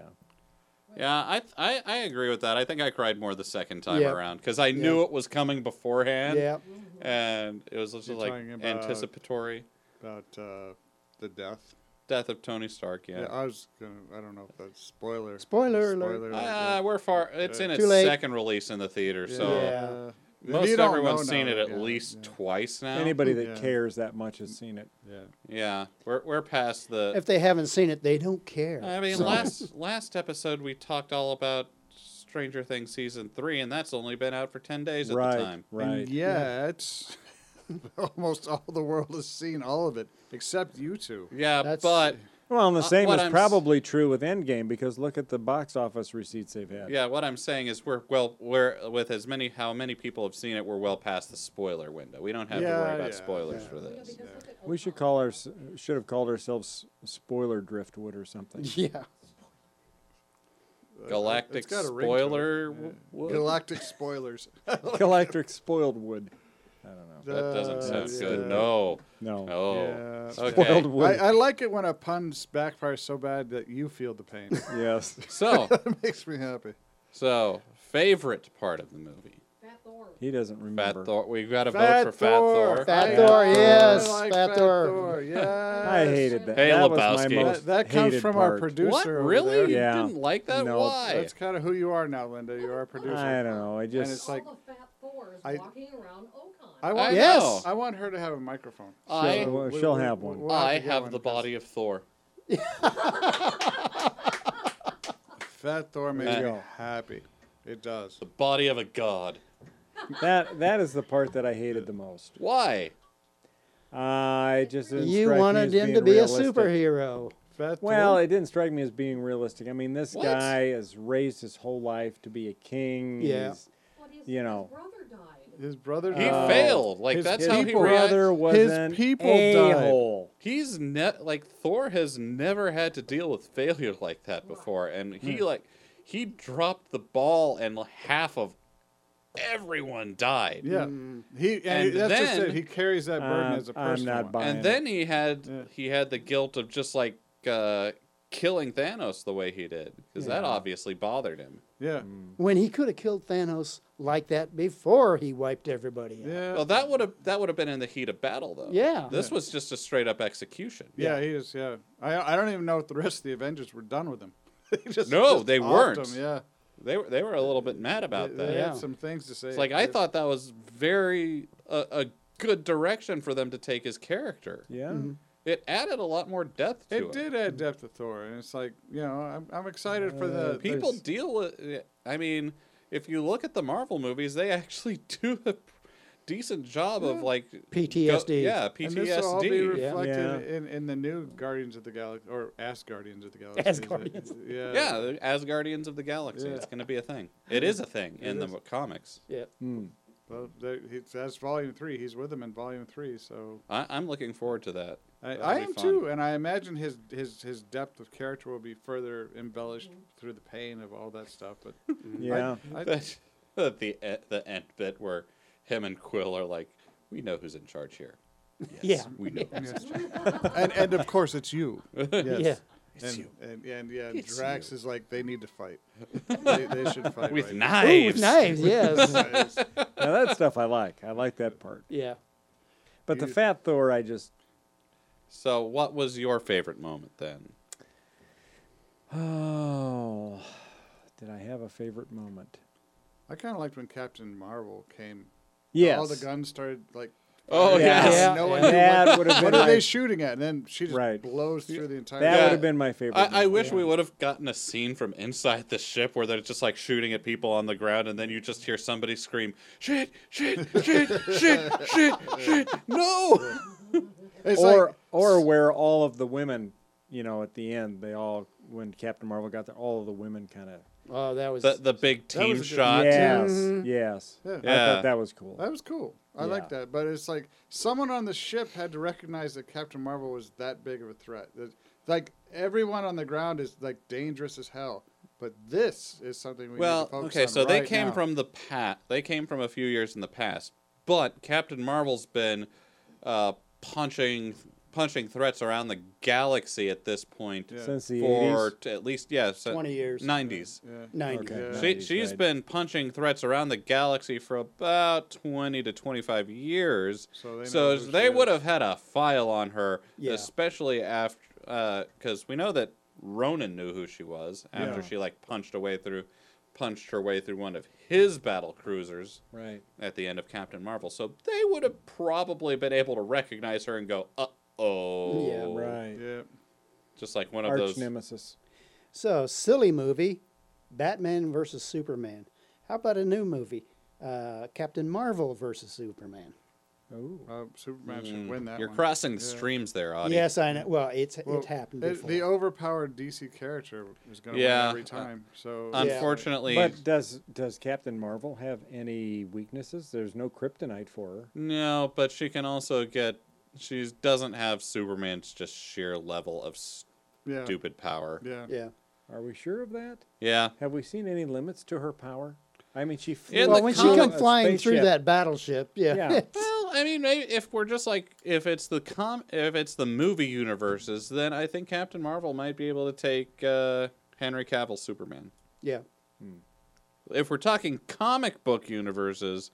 A: Yeah, I, I I agree with that. I think I cried more the second time
B: Yeah.
A: around because I knew it was coming beforehand.
B: Yeah.
A: and it was just
C: You're
A: like
C: talking about-
A: anticipatory
C: about uh, the death.
A: death of Tony Stark.
C: Yeah.
A: Yeah,
C: I was gonna. I don't know if that's spoiler.
B: Spoiler alert.
A: Ah,
C: yeah.
A: we're far. It's in
B: Too
A: its
B: late.
A: second release in the theater, so
B: Yeah.
C: If
A: most
C: you don't
A: everyone's
C: know
A: seen
C: now,
A: it at
C: yeah,
A: least
C: yeah,
A: twice now.
E: Anybody that
C: Yeah.
E: cares that much has seen it.
C: Yeah.
A: Yeah, we're we're past the.
B: If they haven't seen it, they don't care.
A: I mean,
B: So-
A: last last episode we talked all about Stranger Things season three, and that's only been out for ten days at
E: right.
A: the time.
E: Right.
C: And yet, [laughs] almost all the world has seen all of it except you two.
A: Yeah,
B: That's-
A: but
E: Well, and the
A: Uh,
E: same
A: what
E: is
A: I'm s-
E: probably true with Endgame because look at the box office receipts they've had.
A: yeah, what I'm saying is we're well, we're with as many how many people have seen it, we're well past the spoiler window. We don't have to
C: Yeah,
A: worry about
C: yeah,
A: spoilers
C: yeah.
A: for
F: No,
A: this.
F: because look at
E: We should call our should have called ourselves spoiler driftwood
B: [laughs]
E: or something.
B: [laughs] yeah.
A: Galactic
C: It's got a ring to it.
A: spoiler. w- wood?
C: Galactic spoilers.
E: Galactic spoiled wood. I don't know.
A: [laughs] that doesn't sound
C: Uh,
A: good.
C: yeah.
A: No.
E: No.
A: No.
C: Yeah.
E: Spoiled
A: Okay.
E: wood.
C: I, I like it when a pun backfires so bad that you feel
A: [laughs]
C: the pain. [laughs]
E: yes.
A: So,
C: It makes me happy.
A: so favorite part of the movie.
F: Fat Thor.
E: He doesn't
A: Fat
E: remember.
A: Thor. We've got to vote
C: Fat
A: for Fat Thor.
C: Thor.
B: Fat
C: I-
B: Thor,
C: I
B: yes,
C: like
B: Fat Thor. [laughs]
C: yes.
E: I hated that.
A: Hey,
E: that was
A: Lebowski.
E: my
C: That,
E: most
C: that comes
E: hated
C: from our
E: part.
C: producer.
A: What?
C: over
A: Really?
C: there.
A: You
E: Yeah.
A: didn't like that?
E: No.
A: Why?
C: That's kind of who you are now, Linda. You're our producer.
E: I don't know. I just
C: it's like-
F: All the Fat Thors
C: I-
F: walking around Ocon.
C: I want.
A: Yes.
C: I want her to have a microphone.
E: Uh,
A: I,
E: Well,
C: We-
E: she'll
C: we-
E: have
C: we-
E: one.
C: we'll
A: I
C: to get
A: have
C: one
A: the
C: 'cause
A: body of Thor.
C: Fat Thor makes
E: There you
C: me
E: go.
C: happy. It does.
A: The body of a god.
E: that that is the part that I hated the most.
A: Why?
E: I just didn't
B: You
E: strike me
B: wanted
E: as
B: him
E: being
B: to be
E: realistic.
B: a superhero.
C: Fat
E: Well,
C: Thor.
E: it didn't strike me as being realistic. I mean, this
A: What?
E: guy has raised his whole life to be a king.
B: Yeah.
E: He's-
F: But his,
E: you
F: His
E: know.
F: brother died.
C: his brother.
A: He
C: died.
A: failed. Like
C: his-
A: that's
E: his
A: how he
E: brother
A: reacts.
E: was
C: His
E: an
C: people died.
E: a-hole.
A: He's ne- like Thor has never had to deal with failure [laughs] like that before, and he
C: Hmm.
A: like he dropped the ball, and half of everyone died.
C: Yeah. He and,
A: And
C: that's just
A: then-
C: it. He carries that burden
E: Mm. I'm-
C: as a
E: I'm
C: personal
E: not
C: one.
E: buying-
A: and
E: Ryan.
A: then he had
C: Yeah.
A: he had the guilt of just like uh, killing Thanos the way he did because that
E: Yeah.
A: obviously bothered him.
C: Yeah.
E: Mm.
B: When he could have killed Thanos like that before he wiped everybody out.
C: Yeah.
A: Well, that would have that would have been in the heat of battle though.
B: Yeah.
A: this was just a straight up execution.
C: Yeah, he is. Yeah, I I don't even know if the rest of the Avengers were done with him. [laughs] They just-
A: No,
C: just
A: they
C: offed
A: weren't.
C: him, Yeah,
A: they were they were a little bit mad
C: they,
A: about
C: they
A: that.
B: Yeah.
C: had some things to say.
A: It's like I
C: It's-
A: thought that was very a, a good direction for them to take his character.
E: Yeah.
A: It added a lot more depth to it.
C: It did add depth to Thor, and it's like you know I'm, I'm excited for
E: Uh,
C: the
A: People
E: There's-
A: deal with. I mean, if you look at the Marvel movies, they [laughs] actually do a decent job of like go-
B: PTSD.
A: yeah,
C: And this will all be
A: PTSD.
B: Yeah.
C: reflected
E: Yeah.
C: In, in the new Guardians of the Galaxy or As Guardians of the Galaxy.
B: As
C: is it?
B: Guardians.
C: [laughs] Yeah.
A: Yeah, as Guardians of the Galaxy,
C: Yeah.
A: it's going to be a thing. It is a
C: [laughs]
A: thing in the
C: is.
A: comics.
B: Yeah.
E: Mm.
C: Well, they, he, that's Volume Three. He's with them in Volume Three, so
A: I, I'm looking forward to that.
C: I,
A: That'll
C: I
A: be
C: am
A: fun.
C: too. And I imagine his his his depth of character will be further embellished
A: Mm-hmm.
C: through the pain of all that stuff.
A: [laughs]
C: But
E: Yeah.
C: I,
A: That the e- the end bit where him and Quill are like, we know who's in charge here.
B: Yeah.
A: we know. who's in
C: yes.
A: charge."
C: and and of course it's you.
A: [laughs]
C: Yes.
B: Yeah.
A: It's
C: And,
A: you.
C: and and yeah, and
A: It's
C: Drax
A: you.
C: is like they need to
A: [laughs]
C: fight. they, they should fight
A: With
C: right now.
A: knives.
B: Ooh, with knives, yes.
C: [laughs] Yes.
E: Now that stuff I like. I like that part.
B: yeah.
E: But the
C: You-
E: fat Thor, I just
A: So, what was your favorite moment then?
E: oh, did I have a favorite moment?
C: I kind of liked when Captain Marvel came.
E: Yes.
C: All the guns started like.
A: Oh,
E: Yeah.
A: yes.
B: Yeah.
C: No one
B: Yeah.
C: knew what-
E: That would have
C: What
E: been
C: are they
E: my-
C: shooting at? And then she just
E: Right.
C: blows through the entire.
E: That
A: Yeah.
E: would have been my favorite.
A: I, I
E: moment.
A: wish we would have gotten a scene from inside the ship where they're just like shooting at people on the ground, and then you just hear somebody scream, "Shit! Shit! Shit! shit! Shit! Shit! No!"
C: [laughs] It's
E: or
C: like,
E: or where all of the women, you know, at the end, they all when Captain Marvel got there, all of the women kind of
B: Oh, that was.
A: The the big
C: That was
A: team
C: a good-
A: shot.
E: yes,
B: Mhm.
E: yes,
C: Mm-hmm. Yeah.
E: I
A: Yeah.
E: thought that was cool.
C: that was cool. I like
E: Yeah.
C: that. But it's like someone on the ship had to recognize that Captain Marvel was that big of a threat. That, like everyone on the ground is like dangerous as hell. But this is something we need
A: Well,
C: to focus
A: okay,
C: on
A: so they
C: right
A: came
C: now.
A: from the pat. They came from a few years in the past, but Captain Marvel's been uh, punching punching threats around the galaxy at this point
C: Yeah.
E: Since the
A: for
E: 80s?
A: t- at least yeah, so-
B: 20 years.
A: 90s.
C: Yeah.
B: 90.
E: Okay.
C: Yeah.
A: She,
E: 90s,
A: she's
E: right.
A: been punching threats around the galaxy for about 20 to 25 years.
C: So they
A: So
C: know who
A: they
C: she
A: would
C: is.
A: have had a file on her,
B: Yeah.
A: especially after, because we know that Ronan knew who she was after
E: Yeah.
A: she like punched away through, punched her way through one of his battle cruisers
E: Right.
A: at the end of Captain Marvel. So they would have probably been able to recognize her and go, uh oh,
B: Yeah,
E: Right.
C: Yeah.
A: just like one of
E: Arch
A: those.
E: nemesis.
B: So, silly movie, Batman versus Superman. How about a new movie, uh, Captain Marvel versus Superman?
E: Oh.
C: Uh, Superman should
A: Mm,
C: win that.
A: You're
C: one.
A: crossing the
C: Yeah.
A: streams there, Audie.
B: Yes, I know. Well, it's
C: Well,
B: it happened
C: the-
B: before.
C: The overpowered DC character is going to
A: Yeah. Uh,
C: win every time. So
A: Unfortunately,
E: But does does Captain Marvel have any weaknesses? There's no kryptonite for her.
A: No, but she can also get. She doesn't have Superman's just sheer level of
C: yeah,
A: stupid power. Yeah.
C: yeah,
B: yeah.
E: Are we sure of that? Have we seen any limits to her power? I mean, she flew.
A: In
B: Well,
A: the
B: when she
A: comic-
B: come
E: a
B: flying through
E: spaceship.
B: that battleship, yeah. [laughs]
E: Yeah.
A: Well, I mean, maybe if we're just like if it's the com if it's the movie universes, then I think Captain Marvel might be able to take uh, Henry Cavill's Superman.
B: yeah.
A: If we're talking comic book universes,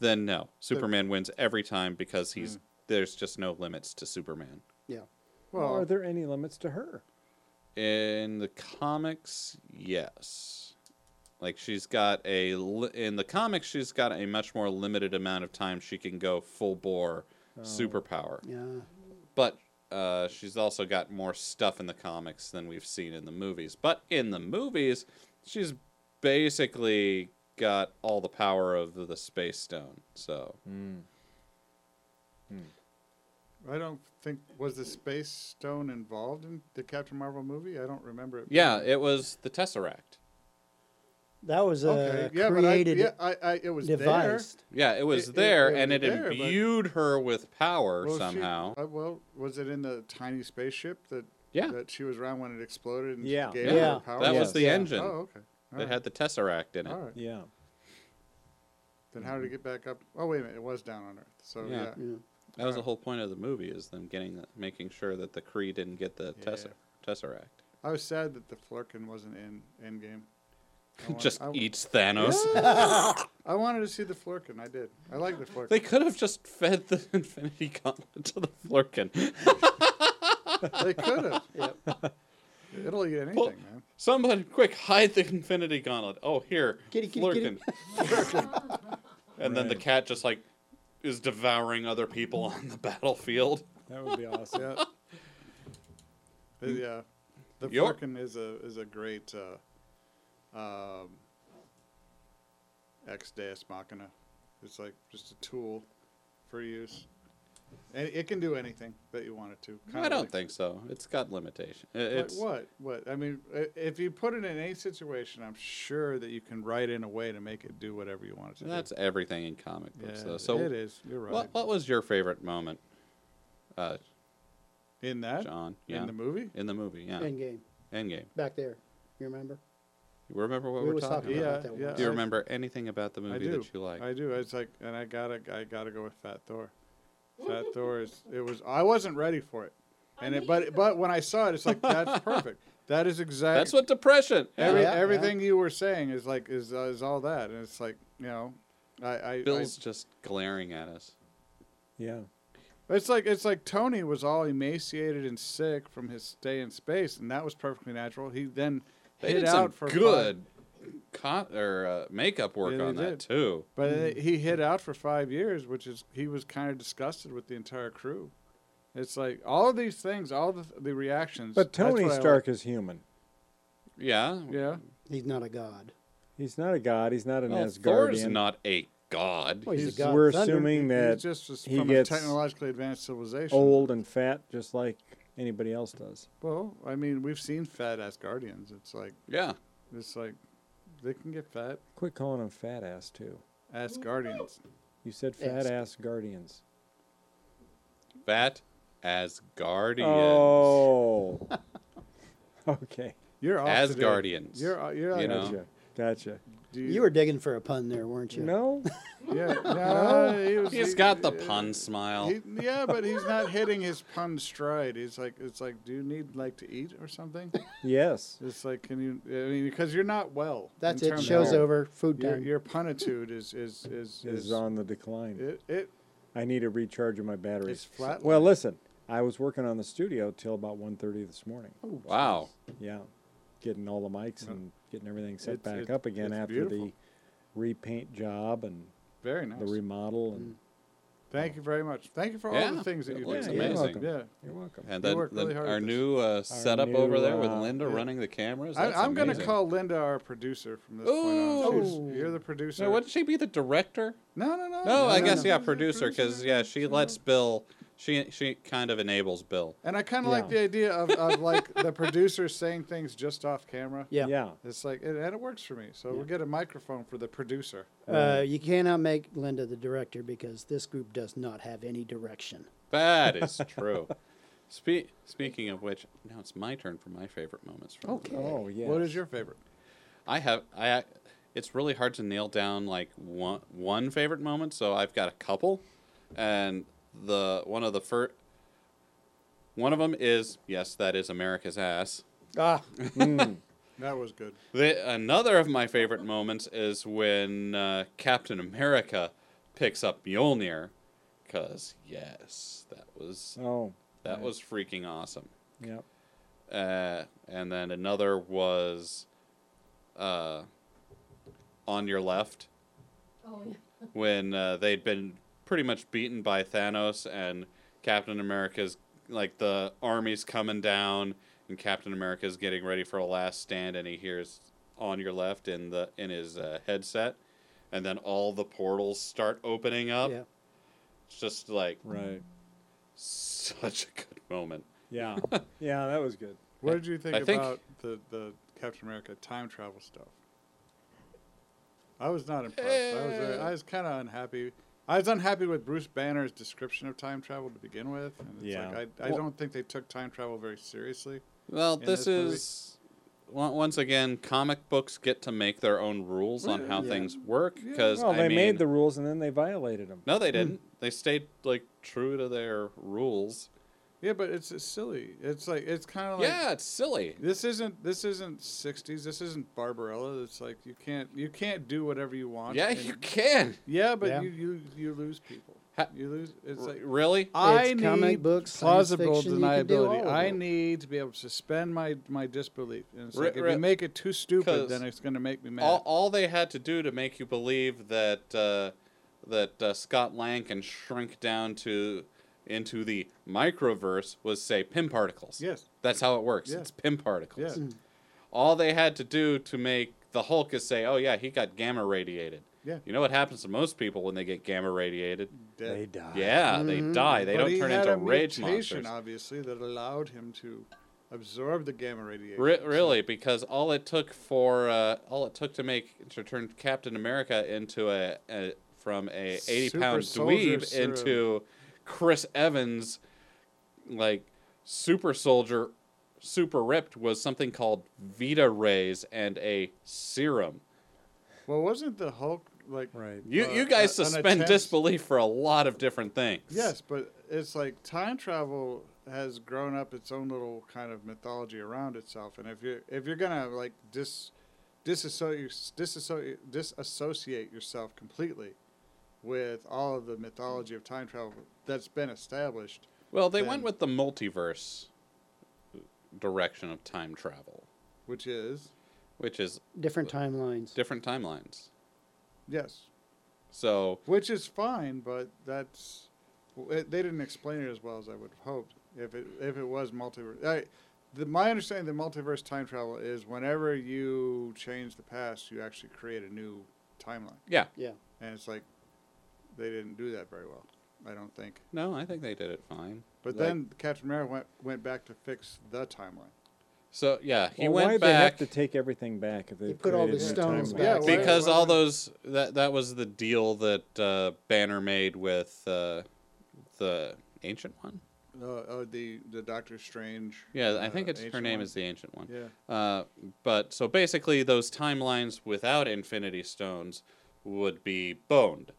A: then no, Superman wins every time because he's there's just no limits to Superman.
B: Yeah.
C: Well,
E: are there any limits to her?
A: In the comics, yes. Like she's got a li- in the comics, she's got a much more limited amount of time she can go full bore
C: Oh.
A: superpower.
B: Yeah.
A: But uh, she's also got more stuff in the comics than we've seen in the movies. But in the movies, she's basically got all the power of the space stone. So
C: Mm. I don't think was the space stone involved in the Captain Marvel movie. I don't remember it. being-
A: yeah, it was the Tesseract.
B: That was a
C: okay, yeah,
B: created
C: but I, yeah, I, I, it was
B: device.
A: Yeah, it was
C: It- it-
A: there,
C: it
A: and
C: was
A: it
C: there, but-
A: imbued her with power
C: there. Well, she-
A: somehow.
C: uh, well, was it in the tiny spaceship that
A: Yeah.
C: that she was around when it exploded and
E: Yeah.
C: gave
B: Yeah.
C: her power?
A: That was
E: Yes.
A: the
E: Yeah.
A: engine.
C: Oh, okay. All
A: It
C: right.
A: had the tesseract in it.
C: All right.
E: Yeah.
C: Then how did it get back up? Oh wait a minute, it was down on Earth. So yeah,
A: Yeah. That was the whole point of the movie is them getting the, making sure that the Kree didn't get the
C: Yeah.
A: tesser, tesseract.
C: I was sad that the Flurkin wasn't in
A: [laughs]
C: Endgame. I wanted-
A: just
C: I-
A: eats Thanos.
C: I wanted to see the Flurkin. I did. I like the
A: [laughs]
C: Flurkin.
A: They could have just fed the [laughs] Infinity Gauntlet to the Flurkin.
C: They could
A: [laughs]
C: have. It'll eat anything,
A: Well-
C: man.
A: Somebody, quick, hide the Infinity Gauntlet. Oh, here,
B: Kitty, kitty,
A: Flurkin.
C: [laughs]
B: kitty.
A: and then the cat just like is devouring other people on the battlefield.
E: That would be awesome.
C: yeah. But yeah. The
A: Yep.
C: Forkin is a is a great uh, um, ex Deus Machina. It's like just a tool for use, and it can do anything that you want it to.
A: I
C: kinda
A: don't
C: like-
A: think so. It's got limitation. I-
C: Like
A: It's
C: what? What? I mean, i- if you put it in any situation, I'm sure that you can write in a way to make it do whatever you want it to
A: that's
C: do.
A: everything in comic
C: Yeah,
A: books though. So
C: it is. You're right.
A: what what was your favorite moment? Uh,
C: in that?
A: John, yeah.
C: In the movie?
A: in the movie, yeah.
B: End game
A: Endgame.
B: back there. You remember?
A: You remember what
B: We
A: we are
B: was
A: talking
B: talking
A: about?
B: about
C: Yeah,
B: that
C: yeah.
B: one.
A: Do you
C: I-
A: remember anything about the movie
C: I do.
A: that you like?
C: I do. It's like, and I gotta, I gotta go with Fat Thor. Fat Thor is. It was. I wasn't ready for it, and it, but but when I saw it, it's like
A: [laughs]
C: that's perfect. That is exactly.
A: That's what depression.
C: Every,
B: Yeah, yeah.
C: everything you were saying is like is uh, is all that, and it's like you know, I I, I
A: Bill's just glaring at us.
E: Yeah.
C: It's like it's like Tony was all emaciated and sick from his stay in space, and that was perfectly natural. He then
A: They
C: hid
A: did
C: out
A: some
C: for
A: good
C: Five,
A: con- or uh, makeup work
C: Yeah, they
A: on that
C: did.
A: too.
C: but he hid out for five years, which is he was kind of disgusted with the entire crew. It's like all of these things, all the the reactions.
E: But
C: that's what
E: Tony
C: I like.
E: Stark is human.
A: Yeah.
C: yeah,
B: He's not a god.
E: He's not a god. He's not an
A: Well,
E: Asgardian.
A: Thor's not a god.
B: Well, he's,
C: He's-
B: a god.
E: We're
B: of thunder.
E: assuming that
C: he's just as-
E: he
C: from
E: gets
C: a technologically advanced civilization.
E: old and fat, just like anybody else does.
C: Well, I mean, we've seen fat ass guardians. It's like
A: Yeah.
C: it's like they can get fat
E: Quit calling them fat ass too.
C: ass guardians.
E: You said fat ass guardians.
A: Fat as guardians.
E: Oh. [laughs] okay.
C: You're off
A: As
C: today.
A: guardians.
C: You're you're
A: You know?
E: Gotcha. Gotcha.
C: do
B: You were digging for a pun there, weren't you?
E: No.
C: Yeah, no, he was,
A: He's
C: he-
A: got the pun smile.
C: he- yeah, but he's not hitting his pun stride. He's like, it's like, do you need like to eat or something?
E: Yes.
C: It's like, can you? I mean, because you're not well.
B: That's
C: in
B: it.
C: terms
B: Show's
C: of-
B: over. Food
C: Your,
B: time.
C: your punitude is is is
E: Is on the decline.
C: It, it
E: I need a recharge of my batteries.
C: It's flatlined.
E: Well, listen, I was working on the studio till about 1.30 this morning.
A: Oh. wow.
E: Yeah, getting all the mics and getting everything set
C: It's-
E: back
C: it's-
E: up again
C: it's
E: after the
C: beautiful.
E: repaint job and
C: very nice.
E: the remodel. And
C: Thank you very much. Thank you for all
A: Yeah,
C: the things that
A: it
C: you
A: looks
C: do.
E: amazing.
C: Yeah,
E: you're welcome.
A: And
C: They
A: then,
C: worked
A: then
C: really hard
A: our
C: at this.
A: new uh, setup over
E: new,
A: there with
E: uh,
A: Linda
C: yeah.
A: running the cameras.
C: I,
A: that's
C: I'm going to
A: amazing.
C: call Linda our producer from this point on. She's,
B: Ooh.
C: you're the producer.
A: So wouldn't she be the director?
C: No, no, Oh, no.
A: No, I guess
C: no.
A: yeah, producer, because yeah, she lets Bill. She she kind of enables Bill.
C: And I kind of like
E: Yeah.
C: the idea of, of like the producer saying things just off camera.
B: Yeah.
E: Yeah.
C: It's like, and and it works for me. So we'll get a microphone for the producer.
B: Uh, you cannot make Linda the director because this group does not have any direction.
A: That is true. Spe- speaking of which, now it's my turn for my favorite moments. From the movie.
E: Oh yeah.
C: What is your favorite?
A: I have I. It's really hard to nail down like one one favorite moment, so I've got a couple, and the one of the first. One of them is yes, that is America's ass.
C: Ah, that was good.
A: The, another of my favorite moments is when uh, Captain America picks up Mjolnir, because yes, that was
E: Oh.
A: that was freaking awesome.
E: Yeah.
A: Uh, and then another was uh, on your left
F: Oh, yeah.
A: when uh, they'd been pretty much beaten by Thanos and Captain America's like the army's coming down and Captain America's getting ready for a last stand and he hears on your left in the in his uh, headset and then all the portals start opening up.
B: Yeah.
A: It's just like
E: Right.
A: such a good moment.
E: Yeah. yeah. That was good.
C: What did you think
A: I think-
C: about the, the Captain America time travel stuff? I was not impressed. I was uh, I was kind of unhappy. I was unhappy with Bruce Banner's description of time travel to begin with, and it's
E: Yeah.
C: like I, I
A: Well-
C: don't think they took time travel very seriously.
A: Well,
C: In
A: this,
C: this movie?
A: is on- once again comic books get to make their own rules on how
B: Yeah.
A: things work
C: Yeah.
A: because
E: Well,
A: I
E: they
A: mean,
E: made the rules and then they violated them.
A: No,
C: Hmm.
A: they didn't. They stayed like true to their rules.
C: Yeah, but it's, it's silly. It's like it's kind of Oh, like
A: yeah, it's silly.
C: This isn't this isn't sixties. This isn't Barbarella. It's like you can't you can't do whatever you want.
A: Yeah,
C: and-
A: you can.
C: [laughs] yeah, but
B: Yeah.
C: You, you you lose people.
A: Ha-
C: You lose. It's like
A: Really?
C: I
B: It's
C: need
B: comic books, science
C: plausible
B: fiction, you can do all
C: deniability.
B: of
C: I
B: it.
C: need to be able to suspend my my disbelief. And it's
A: Re-
C: like if
A: re-
C: you make it too stupid,
A: 'cause
C: then it's going to make me mad.
A: All, all they had to do to make you believe that uh, that uh, Scott Lang can shrink down to into the microverse was say pim particles.
C: Yes.
A: That's how it works.
C: Yeah.
A: It's pim particles.
C: Yeah.
A: All they had to do to make the Hulk is say, "Oh yeah, he got gamma radiated."
C: Yeah.
A: You know what happens to most people when they get gamma radiated?
C: Dead.
E: They die.
A: Yeah, they die. They
C: Mm-hmm. But
A: don't
C: he
A: turn
C: had
A: into
C: a
A: rage
C: mutation,
A: monsters.
C: obviously, that allowed him to absorb the gamma radiation.
A: Re-
C: so-
A: really, because all it took for uh, all it took to make to turn Captain America into a, a from a eighty pound
C: Super
A: dweeb
C: soldier
A: into Chris Evans, like super soldier, super ripped was something called Vita rays and a serum.
C: Well, wasn't the Hulk like?
E: Right.
A: You
C: uh,
A: you
C: a-
A: guys
C: an
A: suspend
C: attempt-
A: disbelief for a lot of different things.
C: Yes, but it's like time travel has grown up its own little kind of mythology around itself, and if you're if you're gonna like dis disassociate disassociate disassociate yourself completely with all of the mythology of time travel that's been established,
A: Well, they
C: Then-
A: went with the multiverse direction of time travel,
C: which is
A: which is
B: Different timelines.
A: different timelines.
C: yes,
A: So
C: which is fine, but that's w- it, they didn't explain it as well as I would have hoped. If it if it was multiverse, I, the, my understanding of the multiverse time travel is whenever you change the past, you actually create a new timeline,
A: yeah,
B: Yeah.
C: and it's like they didn't do that very well. I don't think.
A: no, I think they did it fine.
C: But
A: Like-
C: then Captain America went went back to fix the timeline.
A: so yeah, he
E: Well, why
A: went
E: did they have
A: back
E: to take everything back if they
B: He put all the
E: created new
B: stones
E: timelines?
B: back.
C: Yeah, why-
A: because
C: why
A: all
C: would-
A: those that that was the deal that uh, Banner made with uh, the ancient one.
C: Uh, oh, the the Doctor Strange.
A: Yeah, I
C: uh,
A: think it's her
C: ancient
A: name
C: one.
A: is the ancient one.
C: Yeah.
A: Uh, but so basically, those timelines without Infinity Stones would be boned.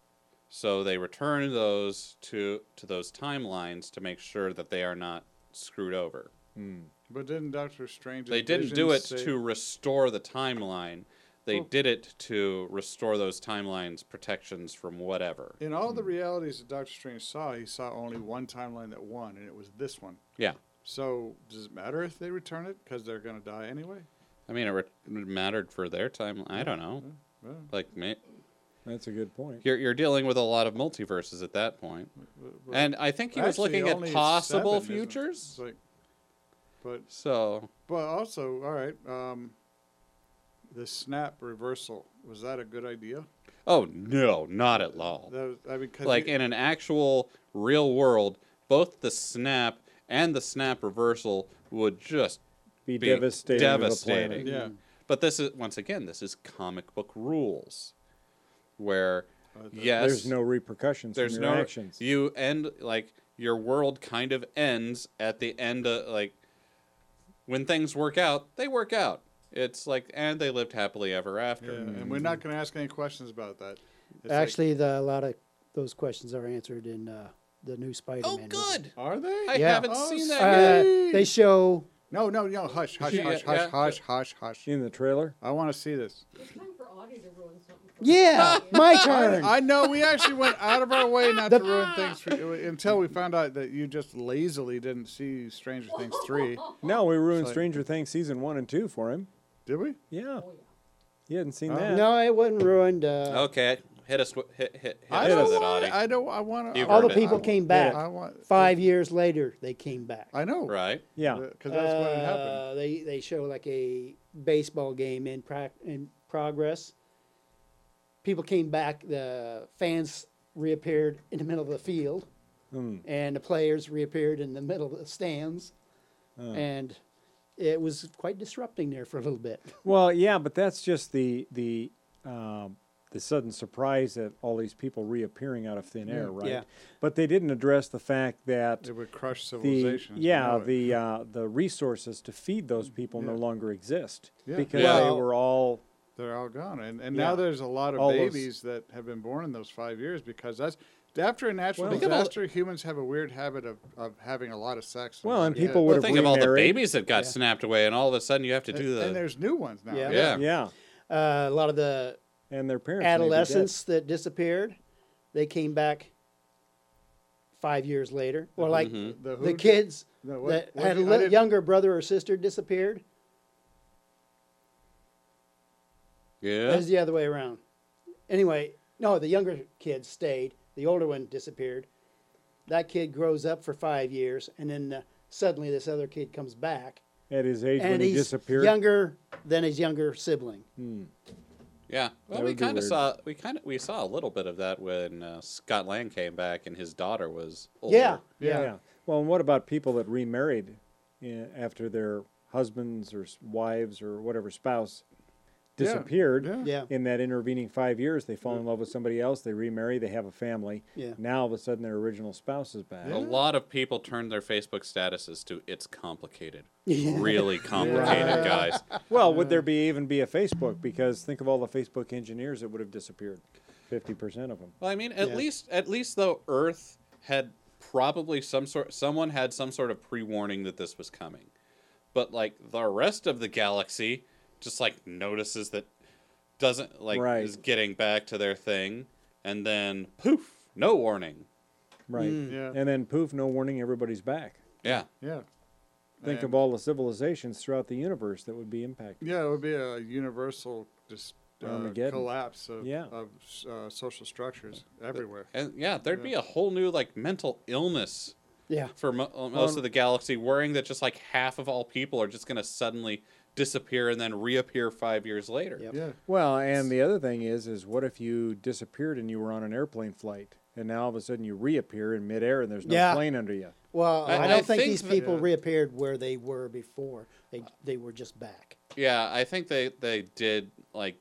A: So they return those to to those timelines to make sure that they are not screwed over.
C: But didn't Doctor Strange?
A: They didn't do it
C: say,
A: to restore the timeline. They did it to restore those timelines protections from whatever.
C: In all the realities that Doctor Strange saw, he saw only one timeline that won, and it was this one.
A: Yeah.
C: So does it matter if they return it because they're going to die anyway?
A: I mean, it re- mattered for their timeline. I don't know.
C: Well,
A: Like, ma-
E: That's a good point.
A: you're, you're dealing with a lot of multiverses at that point.
C: but-
A: And I think he was
C: actually,
A: looking at
C: only
A: possible
C: seven, isn't it? It's
A: futures.
C: like, but
A: So,
C: but also, all right. Um, the snap reversal was that a good idea?
A: oh no, not at all.
C: That was, I mean, 'cause
A: Like
C: you-
A: in an actual real world, both the snap and the snap reversal would just
E: Be,
A: be
E: devastating. to the planet.
A: devastating.
C: yeah,
A: But this is once again, this is comic book rules, where
C: Uh, th-
A: yes,
E: There's no repercussions
A: there's
E: from your
A: no
E: actions.
A: you end like your world kind of ends at the end of like when things work out, they work out. It's like and they lived happily ever
C: yeah,
A: after.
C: and we're not going to ask any questions about that. It's like,
B: Mm-hmm. Actually, the, a lot of those questions are answered in uh, the new Spider-Man.
A: Oh,
B: movie.
A: good.
C: are they?
A: I
B: Yeah.
A: haven't
C: Oh,
A: seen
B: Uh,
A: that yet.
B: they show
C: No, no, no. Hush, hush,
A: Yeah,
C: hush,
A: yeah.
C: hush, hush, hush, hush.
E: In the trailer?
C: I want to see this.
F: It's time for Audie to ruin something. for
B: Yeah,
F: me.
B: [laughs] my turn.
C: [laughs] I know we actually went out of our way not
B: The-
C: to ruin things for you until we found out that you just lazily didn't see Stranger Things three.
E: No, we ruined
C: So-
E: Stranger Things season one and two for him.
C: Did we?
E: Yeah,
F: Oh, yeah.
E: he hadn't seen
C: Oh.
E: that.
B: no, it wasn't ruined. Uh,
A: Okay, hit us. wi- Hit hit hit
C: I
A: us
C: don't
A: with it,
C: want.
A: Audie.
C: I don't. I want to.
A: You've
B: all the
A: heard it.
B: people came back.
C: I want.
B: Five years later, they came back.
C: I know.
A: Right.
E: Yeah,
C: Because that's what had happened.
B: Uh, They they show like a baseball game in prac in progress. People came back. The fans reappeared in the middle of the field,
C: Hmm.
B: and the players reappeared in the middle of the stands, and it was quite disrupting there for a little bit.
E: Well, yeah, but that's just the the um, the sudden surprise at all these people reappearing out of thin air, right?
B: Yeah.
E: But they didn't address the fact that
C: It would crush
E: the
C: civilization. you
E: yeah
C: know it.
E: the uh, the resources to feed those people no
C: Yeah.
E: longer exist
C: Yeah.
E: because
A: Yeah.
E: they
B: Well-
E: were all
C: They're all gone, and and
E: Yeah.
C: now there's a lot of
E: All those-
C: babies that have been born in those five years because that's. After a natural
E: Well- Think
A: of all the-
C: disaster, humans have a weird habit of, of having a lot of sex.
E: Well, and
C: Yeah.
E: people would
A: Well,
E: have
A: think of all the
E: remarried.
A: babies that got snapped away, and all of a sudden you have to
C: And,
A: do the.
C: and there's new ones now.
A: yeah.
B: Yeah.
E: yeah,
B: Uh, a lot of the
E: and their parents may be dead.
B: adolescents that disappeared, they came back five years later, or like
C: The
B: the
C: who-
B: kids
C: No, what-
B: that
C: what
B: had a
C: did- I
B: li-
C: didn't-
B: younger brother or sister disappeared.
A: yeah.
B: That's the other way around. Anyway, No, the younger kid stayed. The older one disappeared. That kid grows up for five years, and then uh, suddenly this other kid comes back,
E: At his age when
B: and
E: he
B: he's
E: disappeared.
B: younger than his younger sibling.
A: Yeah, well,
E: That
A: we
E: would be
A: kind of
E: weird.
A: saw we kind of we saw a little bit of that when uh, Scott Lang came back and his daughter was older.
B: Yeah,
E: Yeah.
B: yeah,
E: Well, and what about people that remarried eh, after their husbands or s- wives or whatever spouse
C: Yeah,
E: disappeared?
C: yeah.
B: yeah,
E: In that intervening five years, they fall in love with somebody else, they remarry, they have a family.
B: Yeah.
E: Now all of a sudden, their original spouse is back.
A: A lot of people turned their Facebook statuses to "It's
E: [laughs]
A: complicated,
B: Yeah.
A: really complicated,
E: Right.
A: guys."
E: Well, would there be even be a Facebook? Because think of all the Facebook engineers that would have disappeared. Fifty percent of them.
A: Well, I mean, at
B: Yeah.
A: least at least though Earth had probably some sort someone had some sort of pre-warning that this was coming. But like the rest of the galaxy just like notices that doesn't like
E: Right.
A: is getting back to their thing and then poof, no warning.
E: Right.
B: Mm.
C: Yeah.
E: And then poof, no warning, everybody's back.
A: Yeah.
C: Yeah.
E: Think of
C: And-
E: all the civilizations throughout the universe that would be impacted.
C: Yeah, it would be a universal dis- uh,
E: Armageddon.
C: collapse of,
E: Yeah.
C: of uh, social structures everywhere.
A: And yeah, there'd be a whole new like mental illness
B: yeah.
A: for mo- uh,
B: Um,
A: most of the galaxy worrying that just like half of all people are just going to suddenly disappear and then reappear 5 years later.
B: Yep.
C: Yeah.
E: Well, and the other thing is, is what if you disappeared and you were on an airplane flight, and now all of a sudden you reappear in midair and there's no
B: Yeah.
E: plane under you?
B: Well,
A: I-
B: I,
A: I
B: don't think,
A: think
B: these
A: that-
B: people
C: Yeah.
B: reappeared where they were before. They they were just back.
A: Yeah, I think they they did like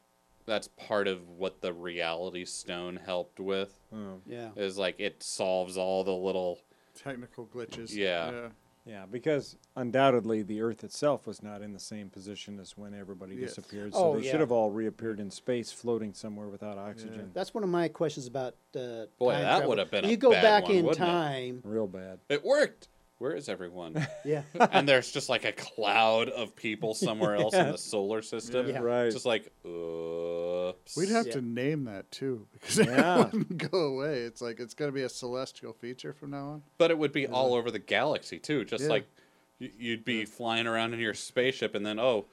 A: that's part of what the reality stone helped with
E: Oh.
B: Yeah.
A: is like it solves all the little
C: Technical glitches.
A: Yeah.
E: Yeah, because undoubtedly the Earth itself was not in the same position as when everybody
C: Yes.
E: disappeared, so
B: Oh,
E: they
B: yeah.
E: should have all reappeared in space, floating somewhere without oxygen.
B: That's one of my questions about uh,
A: Boy,
B: time
A: that
B: travel.
A: would've been a
B: You go
A: bad
B: back
A: one,
B: in
A: wouldn't it?
B: time.
E: Real bad.
A: it worked. Where is everyone?
B: Yeah. [laughs]
A: and there's just like a cloud of people somewhere else in the solar system.
B: Yeah.
E: Right.
A: Just like oops.
C: We'd have
B: Yeah.
C: to name that too because
E: Yeah.
C: it [laughs] wouldn't go away. It's like it's going to be a celestial feature from now on.
A: But it would be all over the galaxy too. Just
C: Yeah.
A: like y- you'd be flying around in your spaceship and then oh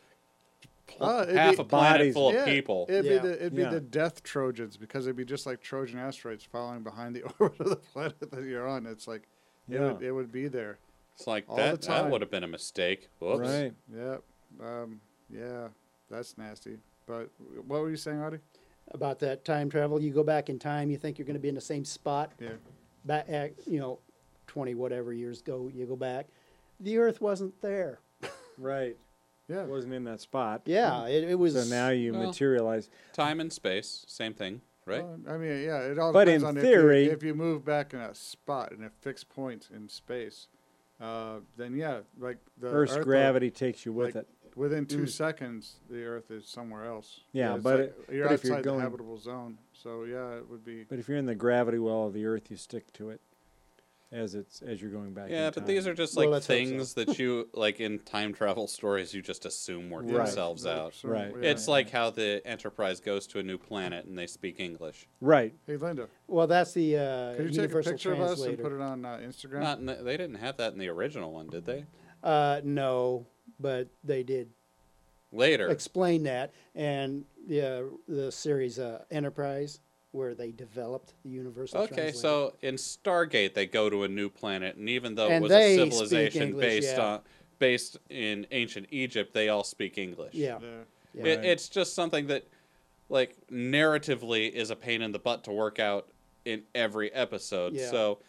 A: pl-
C: Oh, it'd
A: half
C: be-
A: a planet
E: Bodies.
A: full
C: yeah,
A: of people.
C: It'd
B: Yeah.
C: be the it'd
E: Yeah.
C: be the death Trojans because it'd be just like Trojan asteroids following behind the [laughs] orbit of the planet that you're on. It's like it,
E: Yeah.
C: would, it would be there.
A: it's like
C: all
A: that
C: the
A: that
C: time.
A: would have been a mistake. Whoops.
E: Right.
C: Yep. Um, yeah, that's nasty. But what were you saying, Audie?
B: About that time travel, you go back in time. You think you're going to be in the same spot.
C: Yeah.
B: Back, at, you know, twenty whatever years ago, you go back. The Earth wasn't there.
E: Right.
C: Yeah.
E: It wasn't in that spot.
B: Yeah. It, it was.
E: So now you
A: Well.
E: materialize.
A: Time and space, same thing, right?
C: Well, I mean, yeah, it all
E: But
C: depends
E: in
C: on
E: theory-
C: if you, if you move back in a spot in a fixed point in space, uh, then yeah, like the
E: Earth's
C: Earth will-
E: gravity takes you with
C: like,
E: it.
C: Within two seconds, the Earth is somewhere else.
E: Yeah,
C: it's
E: but
C: like
E: it-
C: you're
E: but if
C: outside
E: you're going-
C: the habitable zone, so yeah, it would be.
E: But if you're in the gravity well of the Earth, you stick to it as it's as you're going back.
A: Yeah,
E: in
A: but
E: time.
A: these are just
B: Well,
A: like
B: let's hope so.
A: things that you like in time travel stories you just assume work
E: Right.
A: themselves out.
C: Sure,
E: Right.
C: yeah.
A: It's like how the Enterprise goes to a new planet and they speak English.
E: right.
C: hey Linda,
B: Well, that's the uh,
C: could you take a
B: universal
C: picture of us and
B: translator.
C: put it on uh, Instagram?
A: Not in the, they didn't have that in the original one, did they?
B: uh, no, but they did
A: Later.
B: explain that and the the series uh, Enterprise where they developed the universal
A: okay,
B: translator.
A: so in Stargate they go to a new planet and even though it
B: And
A: was
B: they
A: a
B: speak
A: civilization
B: English,
A: based
B: yeah.
A: on based in ancient Egypt, they all speak English.
B: yeah
C: Yeah.
B: Yeah.
A: It, it's just something that, like, narratively is a pain in the butt to work out in every episode.
B: Yeah.
A: So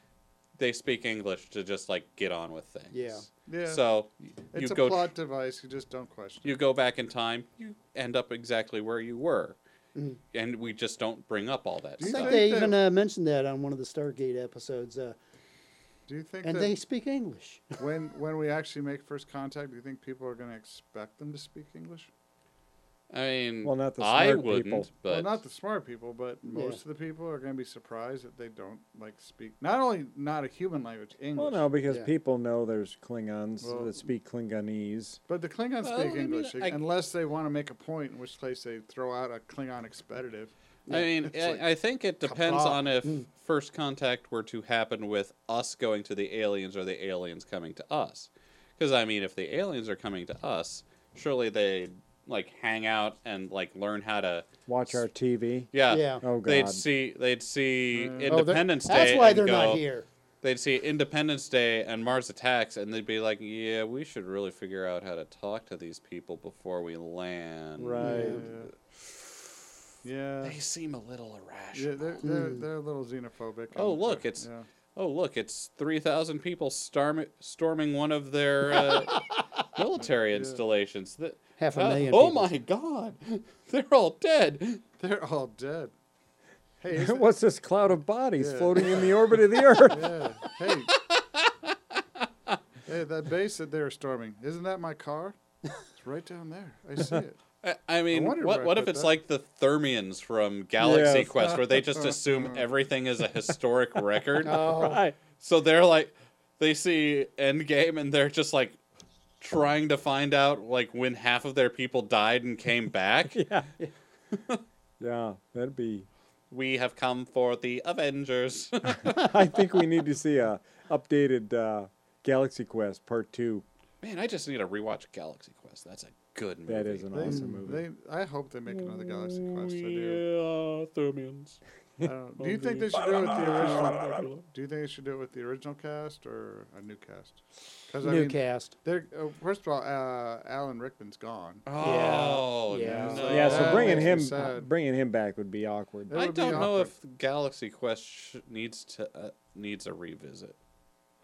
A: they speak English to just, like, get on with things.
B: Yeah.
C: Yeah.
A: So y- you
C: It's a
A: go,
C: plot device. You just don't question.
A: you go back in time, you end up exactly where you were.
B: Mhm.
A: And we just don't bring up all that
C: Do
B: I
C: you
A: stuff.
B: think
C: think
B: they
C: that-
B: even uh, mentioned that on one of the Stargate episodes, uh,
C: Do you think
B: and
C: that Oh,
B: they
A: [laughs]
B: speak English.
C: when when we actually make first contact, do you think people are going to expect them to speak English?
A: I mean,
E: Well, not the
A: I
E: smart
A: wouldn't,
E: people.
A: but
C: well, not the smart people, but most of the people are going to be surprised that they don't like speak not only not a human language, English.
E: Well, no, because
B: Yeah.
E: people know there's Klingons
C: Well-
E: that speak Klingonese.
C: But the Klingons
A: Well, I
C: speak
A: mean,
C: English
A: I-
C: unless they want to make a point, in which case they throw out a Klingon expletive.
A: I mean,
C: It's
A: I,
C: like,
A: I think it depends
C: kabah.
A: on if
B: Mm.
A: first contact were to happen with us going to the aliens or the aliens coming to us. Because, I mean, if the aliens are coming to us, surely they like hang out and like learn how to
E: Watch our TV.
A: yeah.
B: Yeah.
E: Oh,
A: They'd
E: God.
A: see they'd see
B: Oh, they're-
A: Independence Day.
B: That's why
A: and
B: they're
A: go-
B: not here.
A: They'd see Independence Day and Mars Attacks, and they'd be like, "Yeah, we should really figure out how to talk to these people before we land."
E: Right.
C: Yeah.
A: They seem a little
C: Yeah,
A: irrational.
C: they're, they're, they're a little xenophobic.
A: Hmm. Oh,
C: I'm-
A: look, it's-
C: yeah.
A: Oh, look, it's 3,000 people storm- storming one of their uh, military installations. Th-
B: Half a
A: uh,
B: million.
A: oh,
B: people.
A: my God. [laughs] They're all dead.
C: They're all dead.
A: [laughs]
C: Hey, is it-
E: [laughs] What's this cloud of bodies
C: Yeah.
E: floating in the orbit
C: [laughs]
E: of the Earth?
C: yeah.
A: [laughs]
C: Hey. hey, that base that they were storming. Isn't that my car? It's right down there. I see it.
A: I, I mean,
C: wondered
A: what,
C: where I
A: what if
C: put
A: it's
C: that.
A: like the Thermians from Galaxy
E: Yes.
A: Quest, where they just assume everything is a historic record?
B: Oh.
E: [laughs] Right.
A: So they're like, they see Endgame and they're just like trying to find out like when half of their people died and came
B: [laughs]
A: back.
E: Yeah. yeah, [laughs] that'd be.
A: We have come for the Avengers.
E: I think we need to see a updated uh, Galaxy Quest Part Two.
A: Man, I just need to rewatch Galaxy Quest. That's a good movie.
E: That is an
C: They,
E: awesome movie.
C: they, I hope they make another Galaxy Quest. I do.
A: Yeah, Thermians.
C: I don't, do you think they should do it with the original? Do you think they should do it with the original cast or a new cast? Because I
B: New
C: mean,
B: cast.
C: they're uh, first of all, uh, Alan Rickman's gone.
A: Oh,
B: yeah.
A: no.
E: yeah, so
C: that
E: bringing
C: makes me
E: him
C: sad.
E: bringing him back would be awkward.
C: That
A: I
C: would be
A: don't know
C: awkward.
A: if Galaxy Quest sh- needs to uh, needs a revisit.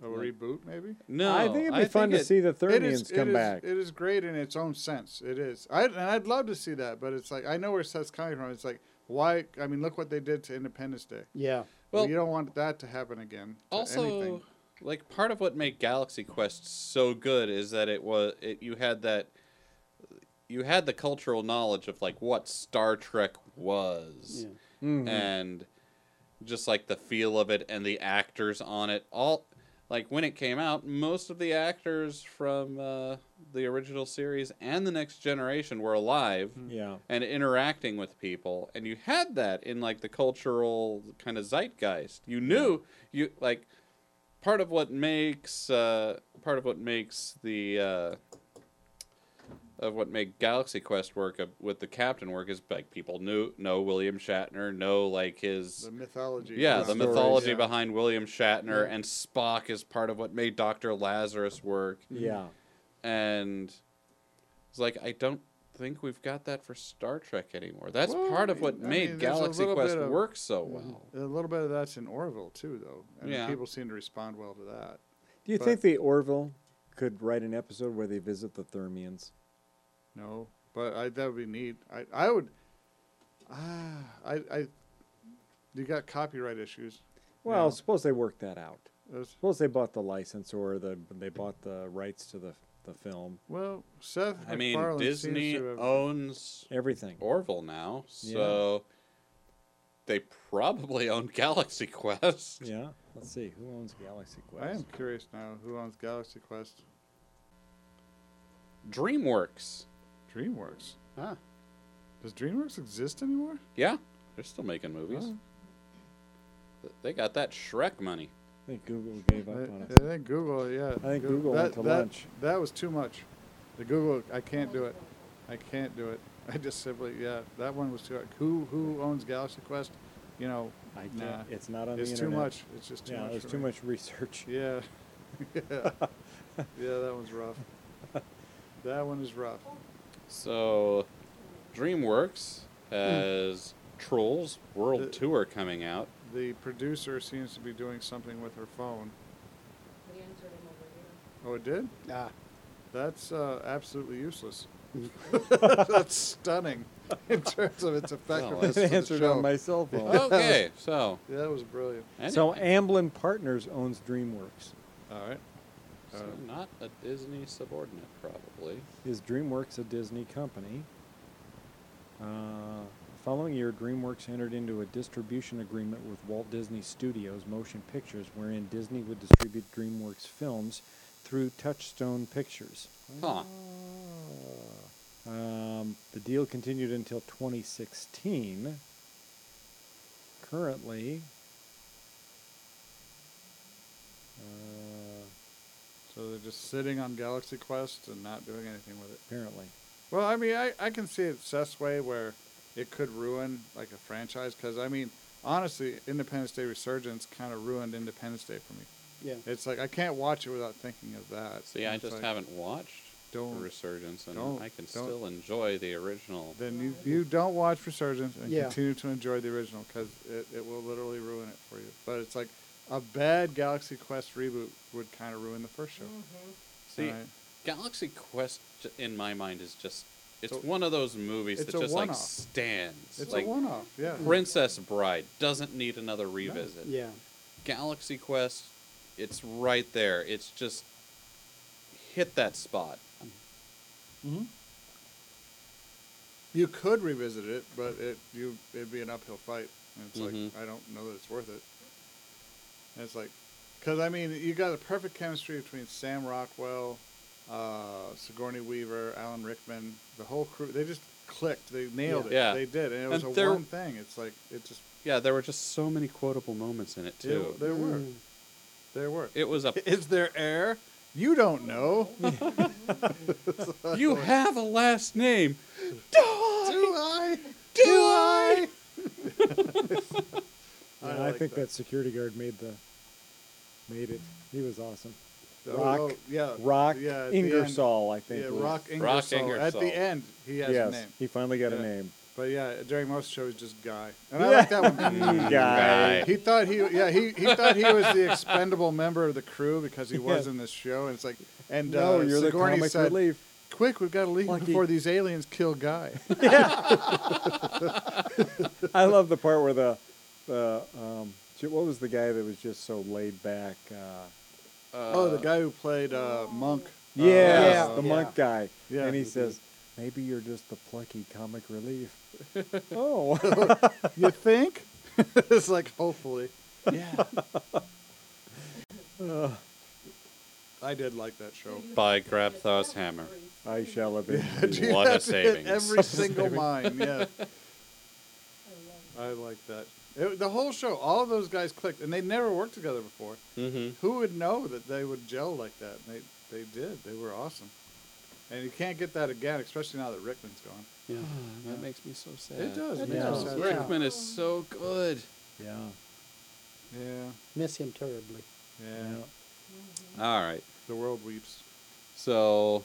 C: A reboot, maybe.
A: No,
E: I think it'd be fun
A: think
E: to
A: it-
E: see the
C: It
E: Thermians
C: is- it
E: come
C: is-
E: back.
C: It is great in its own sense. It is. I and I'd love to see that, but it's like I know where Seth's coming from. It's like why? I mean, look what they did to Independence Day.
B: Yeah.
A: Well-
C: you don't want that to happen again. to
A: also
C: anything.
A: like part of what made Galaxy Quest so good is that it was it you had that you had the cultural knowledge of like what Star Trek was and just like the feel of it and the actors on it all like when it came out most of the actors from uh, the original series and the next generation were alive
E: yeah,
A: and interacting with people and you had that in like the cultural kind of zeitgeist you knew you like part of what makes uh, part of what makes the uh, of what made Galaxy Quest work uh, with the captain work is like people knew know William Shatner know like his
C: the mythology.
A: yeah the
C: behind it.
A: mythology
C: Yeah.
A: behind William Shatner and Spock is part of what made Dr. Lazarus work
C: Mm-hmm.
E: yeah.
A: and it's like I don't think we've got that for Star Trek anymore. That's part of what
C: I
A: made
C: mean, there's a
A: Galaxy
C: little
A: Quest
C: bit of-
A: work so well.
C: A little bit of that's in Orville too, though. And
A: Yeah.
C: people seem to respond well to that.
E: Do you
C: But-
E: think the Orville could write an episode where they visit the Thermians?
C: No, but I that would be neat. I I would. Ah, I I. You got copyright issues.
E: Well,
C: Yeah.
E: suppose they work that out.
C: That's-
E: Suppose they bought the license or the they bought the rights to the the film,
C: Well, Seth.
A: I mean,
C: MacFarlane seems
A: Disney
C: to have-
A: owns
E: everything.
A: Orville now, so they probably own [laughs] Galaxy Quest.
E: Yeah. Let's see who owns Galaxy Quest.
C: I am curious now who owns Galaxy Quest.
A: DreamWorks.
C: DreamWorks.
B: Huh.
C: Does DreamWorks exist anymore?
A: Yeah, they're still making movies.
C: Oh.
A: Th- They got that Shrek money.
E: I think Google gave
C: I,
E: up on
C: I
E: it.
C: think Google. Yeah. I
E: think Google went to
C: that,
E: lunch.
C: That was too much. The Google. I can't do it. I can't do it. [laughs] I just simply. Yeah. That one was too. Who who owns Galaxy Quest? You know.
E: I can't,
C: nah.
E: It's not on
C: It's
E: the
C: too
E: internet.
C: much. It's just too
E: yeah,
C: much.
E: there's
C: for
E: too
C: me.
E: much research.
C: Yeah. [laughs] yeah.
E: [laughs]
C: Yeah. That one's rough. That one is rough.
A: So, DreamWorks has Trolls World
C: Hmm. The-
A: Tour coming out.
C: The producer seems to be doing something with her phone.
F: They answered him over here.
C: Oh, it did.
B: Ah.
C: That's uh, absolutely
E: [laughs]
C: useless. [laughs] That's stunning in terms of its
A: It's
C: effectiveness.
E: [laughs] I
C: for the
E: answered
C: show.
E: on my cell
C: [laughs]
E: phone.
A: [laughs]
C: uh,
A: Okay, so
C: Yeah, that was brilliant.
A: any-
E: So Amblin Partners owns DreamWorks.
C: All right.
A: So not a Disney subordinate, probably.
E: Is DreamWorks a Disney company? Uh, the following year, DreamWorks entered into a distribution agreement with Walt Disney Studios Motion Pictures, wherein Disney would distribute DreamWorks films through Touchstone Pictures.
C: Hmm.
A: Huh.
E: Um, the deal continued until 2016. Currently, uh, uh,
C: So they're just sitting on Galaxy Quest and not doing anything with it.
E: apparently,
C: Well, I mean, I, I can see it this way where it could ruin like a franchise because I mean, honestly, Independence Day Resurgence kind of ruined Independence Day for me.
B: Yeah.
C: It's like I can't watch it without thinking of that.
A: See, I
C: It's
A: just
C: like,
A: haven't watched
C: Don't-
A: Resurgence, and
C: don't-
A: I can
C: don't.
A: still enjoy the original.
C: Then you, you don't watch Resurgence and
B: Yeah.
C: continue to enjoy the original because it, it will literally ruin it for you. But it's like a bad Galaxy Quest reboot would kind of ruin the first show.
A: Mm-hmm. See,
C: Alright.
A: Galaxy Quest j- in my mind is just. It's
C: So-
A: one of those movies
C: it's
A: that
C: a
A: just like
C: one-off.
A: stands.
C: It's
A: like
C: a one off, yeah.
A: Princess Bride doesn't need another revisit.
B: Yeah.
A: Galaxy Quest, it's right there. It's just hit that spot.
C: You could revisit it, but it you it'd be an uphill fight. And it's
A: Mhm.
C: like I don't know that it's worth it. And it's like, because I mean, you got the perfect chemistry between Sam Rockwell, uh, Sigourney Weaver, Alan Rickman, the whole crew. They just clicked. They nailed
A: Yeah. Yeah.
C: it. They did, and it was
A: And
C: a
A: there-
C: one thing. It's like it just
A: Yeah, there were just so many quotable moments in it
C: there,
A: too.
C: there were,
B: Mm.
C: there were.
A: It was a
C: [laughs] Is there air? You don't know. Do
A: you have a last name.
C: I? Do [laughs] I?
E: Yeah, I,
C: like
E: think
C: that.
E: that. security guard made the made it. He was awesome.
C: Oh,
E: Rock,
C: oh, yeah,
E: Rock
C: yeah, at the end.
E: Ingersoll, I think.
C: Yeah,
E: was-
C: Rock Ingersoll.
A: Rock
C: At
A: Ingersoll.
C: the end, he has
E: yes,
C: a name.
E: he finally got
C: Yeah.
E: a name.
C: But yeah, during most shows, just guy. And I like that
E: [laughs]
C: one.
E: Mm.
A: Mm.
E: Guy.
A: Guy.
C: he thought he, yeah, he, he thought he was the expendable member of the crew because he was
E: Yeah.
C: in this show, and it's like, and
E: no,
C: uh,
E: you're
C: Sigourney
E: the comic
C: said,
E: relief. [laughs]
C: "Quick, we've got to leave
E: Lucky.
C: before these aliens kill Guy."
E: [laughs] I love the part where the the um, j- what was the guy that was just so laid back? Uh,
C: oh, the guy who played uh, Monk.
E: yes,
B: yeah.
E: the monk guy.
C: Yeah.
E: and he says, maybe you're just the plucky comic
C: [laughs]
E: relief. oh, [laughs]
C: You think? [laughs] it's like hopefully.
A: yeah.
C: I did like that show.
A: By Grabthaw's hammer.
E: I shall avenge you.
C: You
A: What a
C: have to hit
A: savings.
C: Every single mine,
A: [laughs]
C: yeah. I like that. It, the whole show, all of those guys clicked, and they never worked together before.
A: Mm-hmm.
C: Who would know that they would gel like that? And they they did. They were awesome. And you can't get that again, especially now that Rickman's gone.
B: Yeah.
A: Ah, That makes me so sad.
C: It does.
B: It
C: man.
E: does,
C: Sad.
B: yeah.
A: Rickman is so good.
E: Yeah,
C: Yeah,
B: Miss him terribly.
C: yeah.
A: All right.
C: The world weeps.
A: So,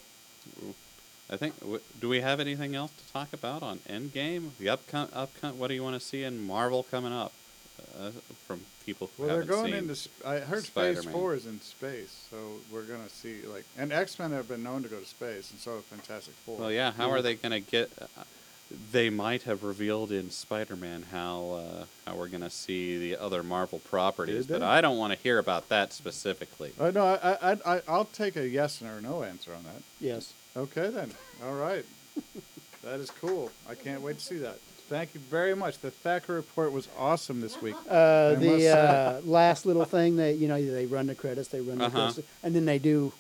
A: I think w- do we have anything else to talk about on Endgame? The upcom upcom what do you want to see in Marvel coming up uh, from people who
C: Well, they're
A: haven't
C: going
A: seen?
C: into. Sp- I heard Space
A: Spider-Man.
C: Four is in space, so we're gonna see like, and X Men have been known to go to space, and so have Fantastic Four.
A: well, yeah. How are they going to get? Uh, they might have revealed in Spider-Man how uh, how we're going to see the other Marvel properties,
C: Did
A: but
C: they?
A: I don't want to hear about that specifically.
C: Uh, no, I, I, I- I, I'll take a yes or no answer on that.
B: Yes.
C: Okay then. All right. that is cool. I can't wait to see that. Thank you very much. The Thacker report was awesome this week.
B: Uh,
C: I must
B: the uh, last little thing that you know they run the credits, they run the
A: Uh-huh.
B: credits, and then they do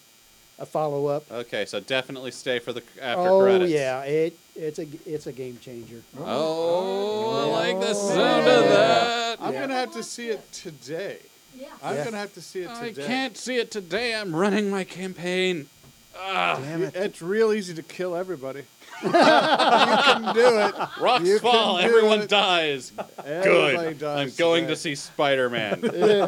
B: a follow up.
A: Okay, so definitely stay for the c- after
B: Oh
A: credits.
B: yeah, it it's a it's a game changer.
A: Oh, I like the
B: Oh,
A: sound of
B: yeah.
A: that.
C: I'm
B: Yeah.
C: gonna have to see it today.
F: Yeah.
C: I'm
B: Yeah.
C: gonna have to see it
A: I
C: today.
A: can't see it today. I'm running my campaign.
E: damn it.
C: It's real easy to kill everybody. you can do it.
A: Rocks
C: You can
A: fall.
C: do
A: Everyone
C: it.
A: dies.
C: Everybody
A: Good.
C: dies
A: I'm going
C: today.
A: to see Spider
C: [laughs]
A: Man.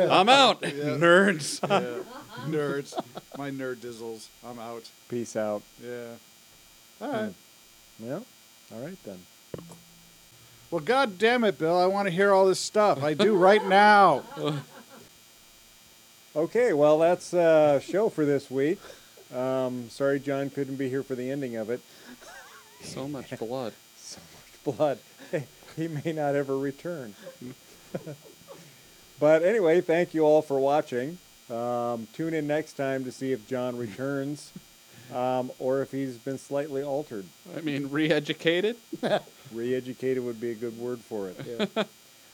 A: I'm out, nerds.
C: Yeah. Nerds, my nerd dizzles. I'm out.
E: Peace out.
C: Yeah. All right.
A: Hmm.
E: Yeah, all right then.
C: Well, God damn it, Bill. I want to hear all this stuff. I do right now.
E: Okay, well, that's uh, show for this week. Um, sorry, John couldn't be here for the ending of it.
A: So much blood.
E: So much blood. [laughs] he may not ever return. [laughs] but anyway, thank you all for watching. Um, tune in next time to see if John returns um, or if he's been slightly altered.
A: I mean, re educated?
E: Re-educated would be a good word for it.
B: Yeah.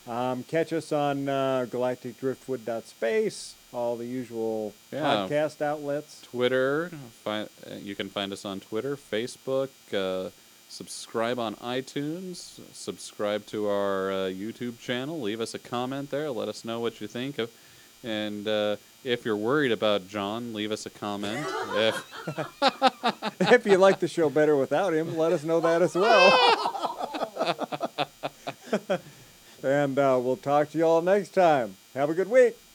E: Um, catch us on uh, galacticdriftwood.space, all the usual
A: Yeah.
E: podcast outlets.
A: Twitter. Fi- uh, you can find us on Twitter, Facebook. Uh, subscribe on iTunes. Subscribe to our uh, YouTube channel. Leave us a comment there. Let us know what you think of. And uh, if you're worried about John, leave us a comment. if
E: [laughs] if you like the show better without him, let us know that as well. [laughs] and uh, we'll talk to you all next time. Have a good week.